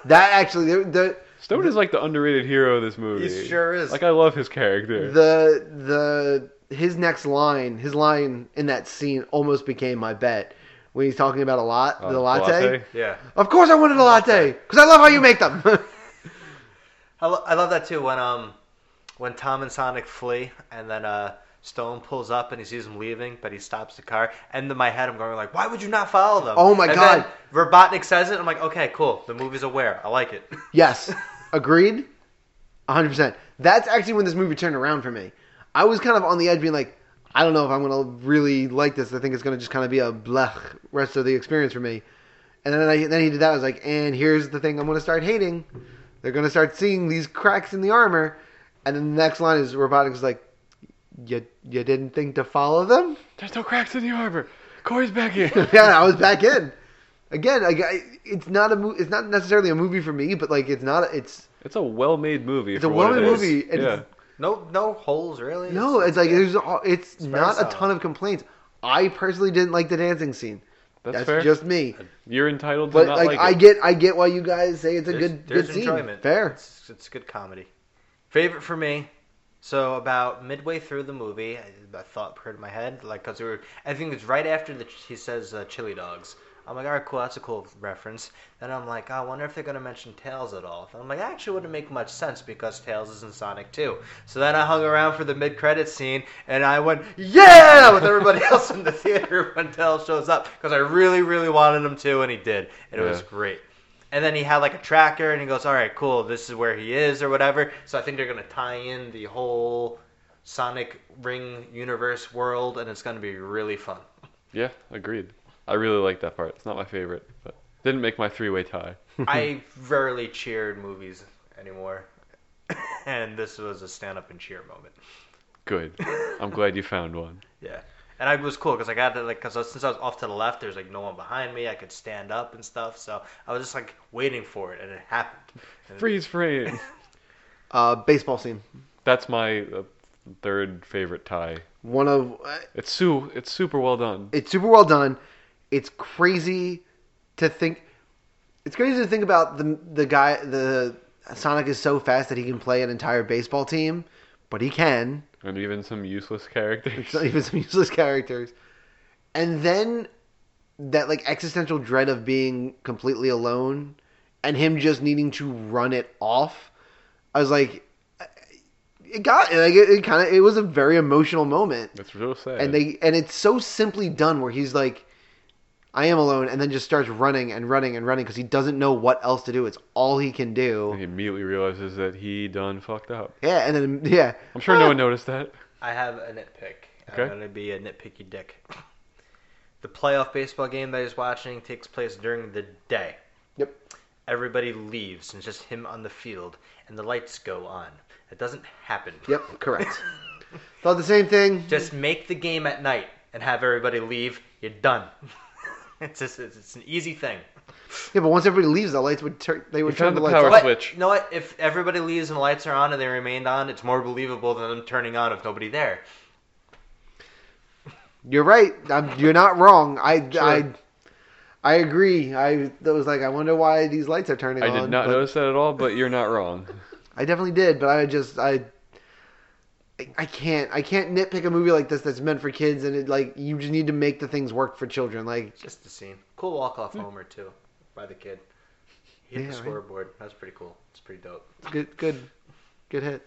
Speaker 3: that actually the
Speaker 1: Stone is like the underrated hero of this movie.
Speaker 2: sure is.
Speaker 1: Like I love his
Speaker 3: the
Speaker 1: character.
Speaker 3: the the his next line, his line in that scene almost became my bet when he's talking about a lot,
Speaker 2: Oh,
Speaker 1: Uh,
Speaker 3: the latte.
Speaker 2: yeah.
Speaker 3: Of course, I wanted a latte because I love how you make them.
Speaker 2: I, lo- I love that too when um when Tom and Sonic flee and then uh Stone pulls up and he sees him leaving, but he stops the car. And in my head, I'm going like, "Why would you not follow them?"
Speaker 3: Oh my
Speaker 2: And
Speaker 3: God.
Speaker 2: Then Robotnik says it. I'm like, "Okay, cool. The movie's aware. I like it."
Speaker 3: yes, agreed, hundred percent. That's actually when this movie turned around for me. I was kind of on the edge, being like, I don't know if I'm gonna really like this. I think it's gonna just kind of be a blech rest of the experience for me. And then I, then he did that. I was like, and here's the thing I'm going to start hating. They're going to start seeing these cracks in the armor. And then the next line is Robotics is like, you you didn't think to follow them?
Speaker 1: There's no cracks in the armor. Corey's back in.
Speaker 3: yeah, I was back in. Again, I, I- it's not a mo- it's not necessarily a movie for me, but like it's not it's
Speaker 1: It's a well-made movie.
Speaker 3: It's a
Speaker 1: for what it
Speaker 3: well-made
Speaker 1: is.
Speaker 3: movie, and
Speaker 1: yeah.
Speaker 3: it's-
Speaker 2: No, no holes really.
Speaker 3: no, it's like there's a- it's
Speaker 2: very
Speaker 3: not a
Speaker 2: solid.
Speaker 3: ton of complaints. I personally didn't like the dancing scene.
Speaker 1: That's, fair.
Speaker 3: just me.
Speaker 1: You're entitled to
Speaker 3: But
Speaker 1: not
Speaker 3: like,
Speaker 1: like,
Speaker 3: I
Speaker 1: it.
Speaker 3: get I get why you guys say it's a
Speaker 2: There's-
Speaker 3: good
Speaker 2: there's
Speaker 3: good scene.
Speaker 2: enjoyment.
Speaker 3: Fair.
Speaker 2: It's, it's good comedy. Favorite for me. So about midway through the movie, I, a thought occurred in my head, like because we were. I think it's right after the, he says uh, chili dogs. I'm like, all right, cool, that's a cool reference. Then I'm like, "Oh, I wonder if they're gonna mention Tails at all. And I'm like, that actually wouldn't make much sense because Tails is in Sonic 2. So then I hung around for the mid credit scene and I went, yeah, with everybody else in the theater when Tails shows up because I really, really wanted him to, and he did, and it
Speaker 1: Yeah.
Speaker 2: was great. And then he had like a tracker, and he goes, "All right, cool. This is where he is, or whatever." So I think they're gonna tie in the whole Sonic Ring universe world, and it's gonna be really fun.
Speaker 1: Yeah, agreed. I really like that part. It's not my favorite, but didn't make my three-way tie.
Speaker 2: I rarely cheered movies anymore, and this was a stand up and cheer moment.
Speaker 1: Good. I'm glad you found one.
Speaker 2: Yeah, and I was cool because I got to like because since I was off to the left, there's like no one behind me. I could stand up and stuff, so I was just like waiting for it, and it happened. And
Speaker 1: Freeze frame.
Speaker 3: Uh, baseball scene.
Speaker 1: That's my uh, third favorite tie.
Speaker 3: One of uh,
Speaker 1: It's su- It's super well done.
Speaker 3: It's super well done. It's crazy to think. It's crazy to think about the the guy. The Sonic is so fast that he can play an entire baseball team, but he can.
Speaker 1: And even some useless characters.
Speaker 3: It's not even some useless characters. And then that like existential dread of being completely alone, and him just needing to run it off. I was like, it got like it, it kind of. It was a very emotional moment
Speaker 1: It's real sad.
Speaker 3: and they and it's so simply done where he's like i am alone and then just starts running and running and running because he doesn't know what else to do it's all he can
Speaker 1: And
Speaker 3: do
Speaker 1: he immediately realizes that he done fucked up.
Speaker 3: yeah and then yeah
Speaker 1: I'm sure no one noticed that.
Speaker 2: I have a nitpick.
Speaker 1: Okay.
Speaker 2: I'm going to be a nitpicky dick. The playoff baseball game that he's watching takes place during the day.
Speaker 3: Yep.
Speaker 2: Everybody leaves and it's just him on the field, and the lights go on. It doesn't happen.
Speaker 3: yep correct thought the same thing
Speaker 2: Just make the game at night and have everybody leave. You're done. It's just it's, it's an easy thing.
Speaker 3: Yeah, but once everybody leaves, the lights would turn. They would
Speaker 1: You
Speaker 3: turn
Speaker 1: found
Speaker 3: the
Speaker 1: the
Speaker 3: lights
Speaker 1: power
Speaker 3: off.
Speaker 2: But
Speaker 1: switch.
Speaker 2: you know what? If everybody leaves and the lights are on and they remained on, it's more believable than them turning on with nobody there.
Speaker 3: You're right. I'm, you're not wrong. I, I, I agree. I that was like, I wonder why these lights are turning
Speaker 1: I
Speaker 3: on.
Speaker 1: did not
Speaker 3: but
Speaker 1: notice that at all, but you're not wrong.
Speaker 3: I definitely did, but I just I. I- I can't. I can't nitpick a movie like this that's meant for kids, and it like you just need to make the things work for children. Like,
Speaker 2: Just the scene. Cool walk
Speaker 1: Hmm.
Speaker 2: off homer too, by the kid. He hit
Speaker 3: Yeah,
Speaker 2: the
Speaker 3: right.
Speaker 2: scoreboard. That was pretty cool. It's pretty dope.
Speaker 3: good, good, good hit.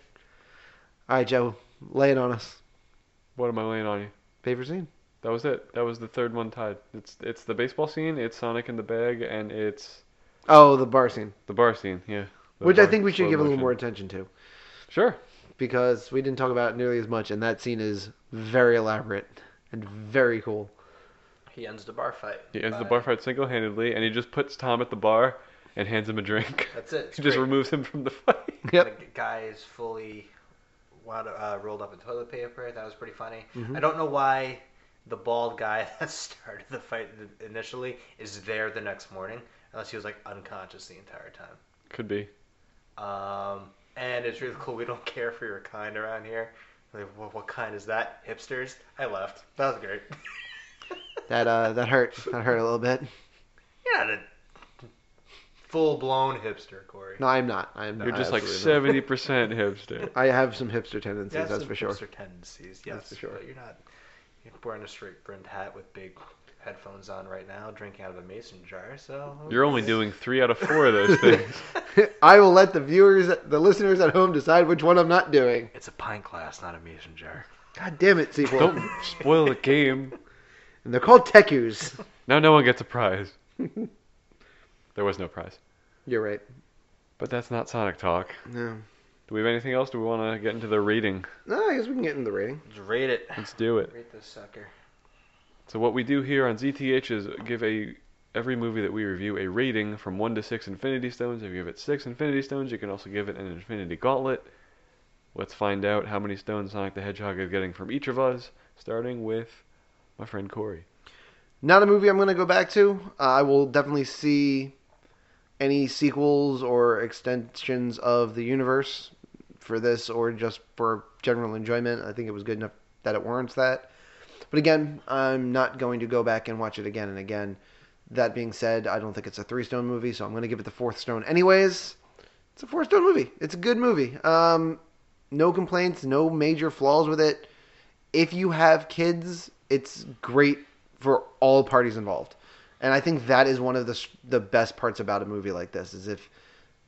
Speaker 3: All right, Joe, lay it on us.
Speaker 1: What am I laying on you?
Speaker 3: Favorite scene?
Speaker 1: That was it. That was the third one tied. It's it's the baseball scene, it's Sonic in the bag, and it's
Speaker 3: Oh, the bar scene,
Speaker 1: the bar scene. Yeah. The
Speaker 3: which I
Speaker 1: bar-
Speaker 3: think we should
Speaker 1: slow
Speaker 3: give a little
Speaker 1: motion.
Speaker 3: more attention to
Speaker 1: Sure.
Speaker 3: because we didn't talk about it nearly as much, and that scene is very elaborate and very cool.
Speaker 2: He ends the bar fight.
Speaker 1: He ends the
Speaker 2: by-
Speaker 1: bar fight single-handedly, and he just puts Tom at the bar and hands him a drink.
Speaker 2: That's it. It's
Speaker 1: He just
Speaker 2: great.
Speaker 1: removes him from the fight.
Speaker 3: Yep.
Speaker 2: The g- guy is fully wound, uh, rolled up in toilet paper. That was pretty funny.
Speaker 1: Mm-hmm.
Speaker 3: Mhm.
Speaker 2: I don't know why the bald guy that started the fight initially is there the next morning, unless he was like unconscious the entire time.
Speaker 1: Could be.
Speaker 2: Um, and it's really cool. We don't care for your kind around here. Like, what, what kind is that? Hipsters? I left. That was great.
Speaker 3: That uh, that hurt. That hurt a little bit.
Speaker 2: You're not a full blown hipster, Corey.
Speaker 3: No, I'm not. I'm.
Speaker 1: You're
Speaker 3: I
Speaker 1: just like
Speaker 3: absolutely
Speaker 1: seventy percent hipster.
Speaker 3: not. I have some hipster tendencies.
Speaker 2: You have
Speaker 3: that's
Speaker 2: some
Speaker 3: for sure.
Speaker 2: Hipster tendencies, yes.
Speaker 3: That's for sure.
Speaker 2: But you're not. You're wearing a straight brimmed hat with big headphones on right now, drinking out of a mason jar. So
Speaker 1: You're only doing three out of four of those things.
Speaker 3: I will let the viewers, the listeners at home, decide which one I'm not doing.
Speaker 2: It's a pint glass, not a mason jar.
Speaker 3: God damn it, sequel.
Speaker 1: Don't spoil the game.
Speaker 3: And they're called Tekus.
Speaker 1: Now no one gets a prize. There was no prize.
Speaker 3: You're right.
Speaker 1: But that's not Sonic talk.
Speaker 3: No.
Speaker 1: Do we have anything else? Do we want to get into the rating?
Speaker 3: No, I guess we can get into the rating.
Speaker 2: Just rate it.
Speaker 1: Let's do it.
Speaker 2: Rate this sucker.
Speaker 1: So what we do here on ZTH is give a every movie that we review a rating from one to six Infinity Stones. If you give it six Infinity Stones, you can also give it an Infinity Gauntlet. Let's find out how many stones Sonic the Hedgehog is getting from each of us, starting with my friend Corey.
Speaker 3: Not a movie I'm going to go back to. Uh, I will definitely see any sequels or extensions of the universe for this or just for general enjoyment. I think it was good enough that it warrants that. But again, I'm not going to go back and watch it again and again. That being said, I don't think it's a three stone movie, so I'm going to give it the fourth stone anyways. It's a four stone movie. It's a good movie. Um, no complaints, no major flaws with it. If you have kids, it's great for all parties involved. And I think that is one of the s- the best parts about a movie like this is if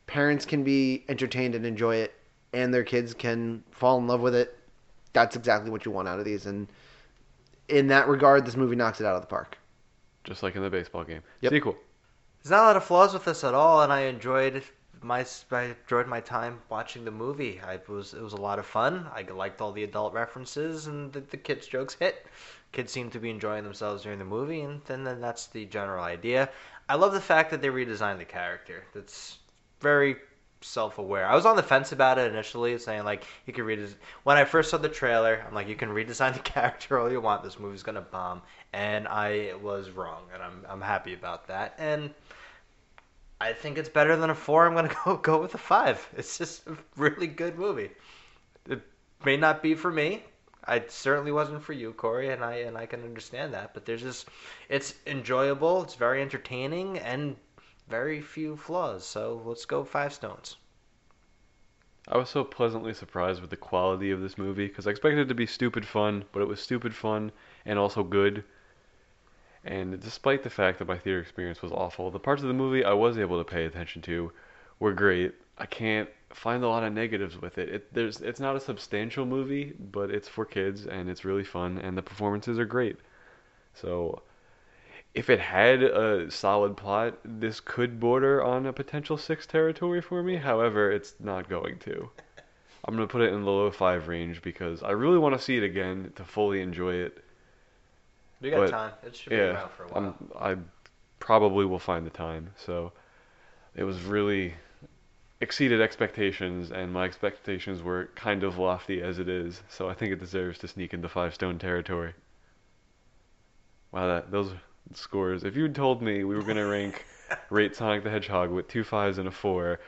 Speaker 3: parents can be entertained and enjoy it and their kids can fall in love with it, that's exactly what you want out of these and in that regard this movie knocks it out of the park.
Speaker 1: Just like in the baseball game.
Speaker 3: Yep.
Speaker 1: Sequel.
Speaker 2: There's not a lot of flaws with this at all, and I enjoyed my I enjoyed my time watching the movie. I it was it was a lot of fun. I liked all the adult references, and the, the kids jokes hit. Kids seem to be enjoying themselves during the movie, and then, then that's the general idea. I love the fact that they redesigned the character. That's very self-aware. I was on the fence about it initially, saying like you can redesign. When I first saw the trailer, I'm like, you can redesign the character all you want. This movie's gonna bomb, and I was wrong, and I'm I'm happy about that. And I think it's better than a four. I'm gonna go go with a five. It's just a really good movie. It may not be for me. I certainly wasn't for you, Corey, and I and I can understand that. But there's just, it's enjoyable. It's very entertaining and very few flaws. So let's go five stones.
Speaker 1: I was so pleasantly surprised with the quality of this movie because I expected it to be stupid fun, but it was stupid fun and also good. And despite the fact that my theater experience was awful, the parts of the movie I was able to pay attention to were great. I can't find a lot of negatives with it. it there's, it's not a substantial movie, but it's for kids and it's really fun, and the performances are great. So, if it had a solid plot, this could border on a potential six territory for me. However, it's not going to. I'm gonna put it in the low five range because I really want to see it again to fully enjoy it.
Speaker 2: We got
Speaker 1: But,
Speaker 2: time. It should be
Speaker 1: Yeah,
Speaker 2: around for a while.
Speaker 1: I'm, I probably will find the time. So it was really exceeded expectations, and my expectations were kind of lofty as it is. So I think it deserves to sneak into five stone territory. Wow, that those scores. If you told me we were gonna rank rate Sonic the Hedgehog with two fives and a four,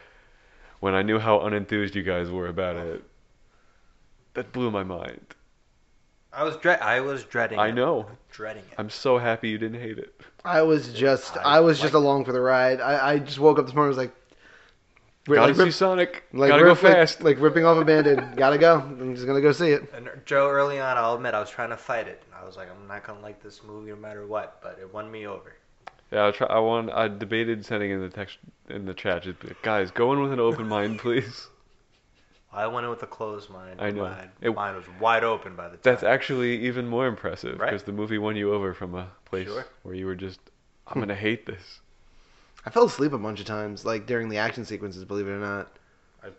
Speaker 1: when I knew how unenthused you guys were about it, that blew my mind.
Speaker 2: I was dread. I was dreading.
Speaker 1: I
Speaker 2: it.
Speaker 1: know.
Speaker 2: Dreading it.
Speaker 1: I'm so happy you didn't hate it.
Speaker 3: I was just
Speaker 2: I
Speaker 3: I, was
Speaker 2: like-
Speaker 3: just along for the ride. I, I just woke up this morning. I was like, ri-
Speaker 1: Gotta
Speaker 3: like,
Speaker 1: see
Speaker 3: rip-
Speaker 1: Sonic.
Speaker 3: like,
Speaker 1: Gotta go
Speaker 3: rip- like-
Speaker 1: fast.
Speaker 3: Like, ripping off a band-aid. Gotta go. I'm just gonna go see it.
Speaker 2: And Joe, early on, I'll admit, I was trying to fight it. I was like, I'm not gonna like this movie no matter what, but it won me over.
Speaker 1: Yeah, I try. I want. I debated sending in the text in the chat. Just be like, guys, go in with an open mind, please.
Speaker 2: I went in with a closed mind.
Speaker 1: I know.
Speaker 2: Mine,
Speaker 1: It-
Speaker 2: mine was wide open by the time.
Speaker 1: That's actually even more impressive
Speaker 2: Right.
Speaker 1: because the movie won you over from a place
Speaker 2: Sure.
Speaker 1: where you were just, I'm gonna hate this.
Speaker 3: I fell asleep a bunch of times, like during the action sequences. Believe it or not.
Speaker 2: I'm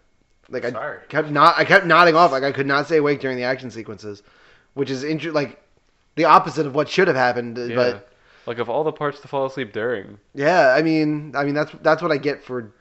Speaker 3: Like I
Speaker 2: sorry.
Speaker 3: kept not. I kept nodding off. Like I could not stay awake during the action sequences, which is inter- like the opposite of what should have happened.
Speaker 1: Yeah.
Speaker 3: But
Speaker 1: like of all the parts to fall asleep during,
Speaker 3: yeah, I mean, I mean that's that's what I get for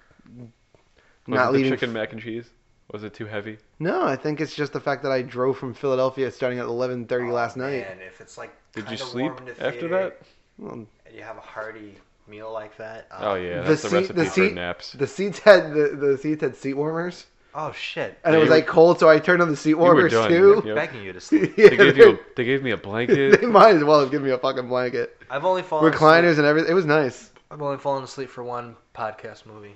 Speaker 1: was
Speaker 3: not
Speaker 1: it the
Speaker 3: leaving.
Speaker 1: chicken mac and cheese. Was it too heavy?
Speaker 3: No, I think it's just the fact that I drove from Philadelphia starting at 11:30
Speaker 2: Oh,
Speaker 3: last night.
Speaker 2: Man, if it's like
Speaker 1: Did you
Speaker 2: kinda
Speaker 1: sleep
Speaker 2: warm in the
Speaker 1: after
Speaker 2: theater
Speaker 1: that?
Speaker 3: Well,
Speaker 2: and you have a hearty meal like that. uh,
Speaker 1: Oh yeah,
Speaker 3: The
Speaker 1: that's the,
Speaker 3: seat- the
Speaker 1: recipe
Speaker 3: seat-
Speaker 1: for naps.
Speaker 3: the seats had the, the seats had seat warmers,
Speaker 2: Oh shit.
Speaker 3: and
Speaker 1: Yeah,
Speaker 3: it was
Speaker 1: you were-
Speaker 3: like cold, so I turned on the seat
Speaker 1: were
Speaker 3: warmers
Speaker 1: done.
Speaker 3: too.
Speaker 1: Yeah.
Speaker 2: Begging you to sleep.
Speaker 3: Yeah,
Speaker 1: They gave you. A, they gave me a blanket.
Speaker 3: they might as well have given me a fucking blanket,
Speaker 2: I've only fallen
Speaker 3: recliners
Speaker 2: Asleep.
Speaker 3: and everything. It was nice.
Speaker 2: I've only fallen asleep for one podcast movie,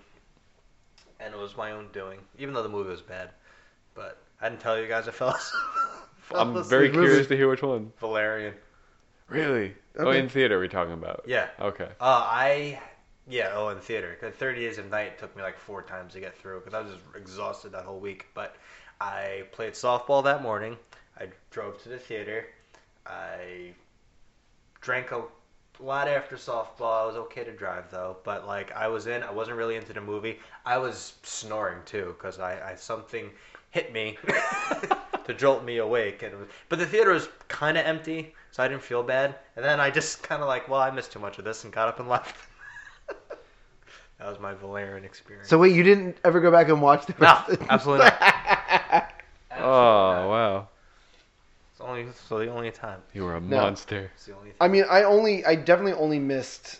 Speaker 2: and it was my own doing. Even though the movie was bad, but I didn't tell you guys I fell asleep. fell
Speaker 1: I'm
Speaker 2: asleep.
Speaker 1: very
Speaker 3: It was-
Speaker 1: curious to hear which one.
Speaker 2: Valerian.
Speaker 1: Really? Oh,
Speaker 3: Okay.
Speaker 1: in theater we're talking about.
Speaker 2: Yeah.
Speaker 1: Okay.
Speaker 2: Uh, I yeah. Oh, in theater. 'Cause Thirty Days of Night took me like four times to get through because I was just exhausted that whole week. But I played softball that morning. I drove to the theater. I drank a lot after softball. I was okay to drive though, but like I was in. I wasn't really into the movie. I was snoring too because I, I something hit me to jolt me awake. And it was, but the theater was kind of empty, so I didn't feel bad. And then I just kind of like, well, I missed too much of this and got up and left. that was my Valerian experience.
Speaker 3: So wait, you didn't ever go back and watch the
Speaker 2: no,
Speaker 3: rest? of-
Speaker 2: absolutely not.
Speaker 1: Oh wow,
Speaker 2: It's only so the only time.
Speaker 1: you were a
Speaker 3: No.
Speaker 1: monster.
Speaker 2: It's the only.
Speaker 3: I mean, I only, I definitely only missed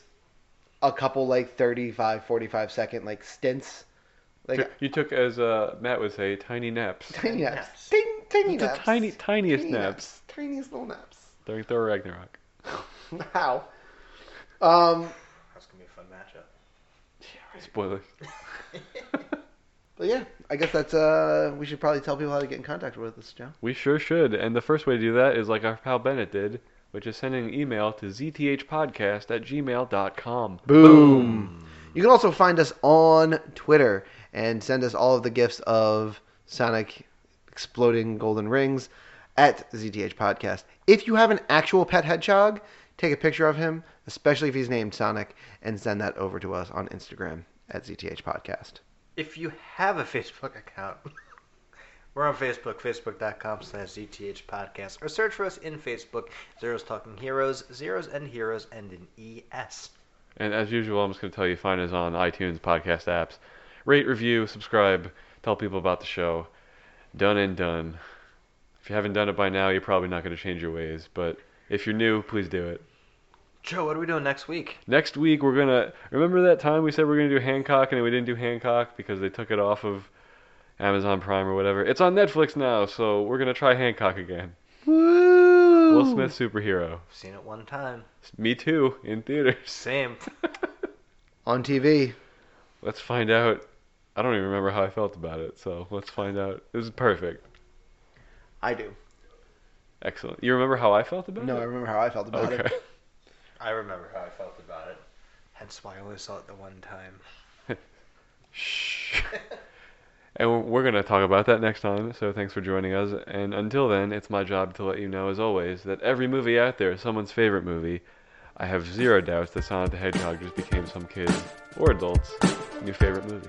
Speaker 3: a couple like 35, 45 second like stints, like
Speaker 1: you took, as uh, Matt would say, tiny naps.
Speaker 3: tiny
Speaker 2: naps.
Speaker 3: naps, Ting- tiny
Speaker 1: The
Speaker 3: naps,
Speaker 1: tiny, tiniest
Speaker 3: Tiny
Speaker 1: naps
Speaker 3: tiniest little naps.
Speaker 1: during Thor Ragnarok.
Speaker 3: How? Um,
Speaker 2: That's gonna be a fun matchup.
Speaker 1: Spoilers.
Speaker 3: but yeah, I guess that's uh, we should probably tell people how to get in contact with us, Joe.
Speaker 1: We sure should. And the first way to do that is like our pal Bennett did, which is sending an email to zthpodcast at gmail.com.
Speaker 3: Boom. You can also find us on Twitter and send us all of the gifts of Sonic exploding golden rings at ZTH Podcast. If you have an actual pet hedgehog, take a picture of him, especially if he's named Sonic, and send that over to us on Instagram at ZTH Podcast.
Speaker 2: If you have a Facebook account, we're on Facebook, facebook.com slash ZTH podcast, or search for us in Facebook, Zeros Talking Heroes, Zeros and Heroes, and an E ES.
Speaker 1: And as usual, I'm just going to tell you find us on iTunes podcast apps. Rate, review, subscribe, tell people about the show. Done and done. If you haven't done it by now, you're probably not going to change your ways. But if you're new, please do it.
Speaker 2: Joe, what are we doing next week?
Speaker 1: Next week we're gonna remember that time we said we are gonna do Hancock and we didn't do Hancock because they took it off of Amazon Prime or whatever. It's on Netflix now, so we're gonna try Hancock again.
Speaker 3: Woo!
Speaker 1: Will Smith superhero.
Speaker 2: I've seen it one time.
Speaker 1: Me too in theaters.
Speaker 2: Same.
Speaker 3: on TV.
Speaker 1: Let's find out. I don't even remember how I felt about it, so let's find out. It was perfect.
Speaker 3: I do.
Speaker 1: Excellent. You remember how I felt about
Speaker 3: No, I
Speaker 1: it?
Speaker 3: remember how I felt about
Speaker 1: Okay.
Speaker 3: it.
Speaker 2: I remember how I felt about it. Hence why I only saw it the one time.
Speaker 1: Shh. And we're- we're going to talk about that next time, so thanks for joining us. And until then, it's my job to let you know, as always, that every movie out there is someone's favorite movie. I have zero doubts that Sonic the Hedgehog just became some kids or adults' new favorite movie.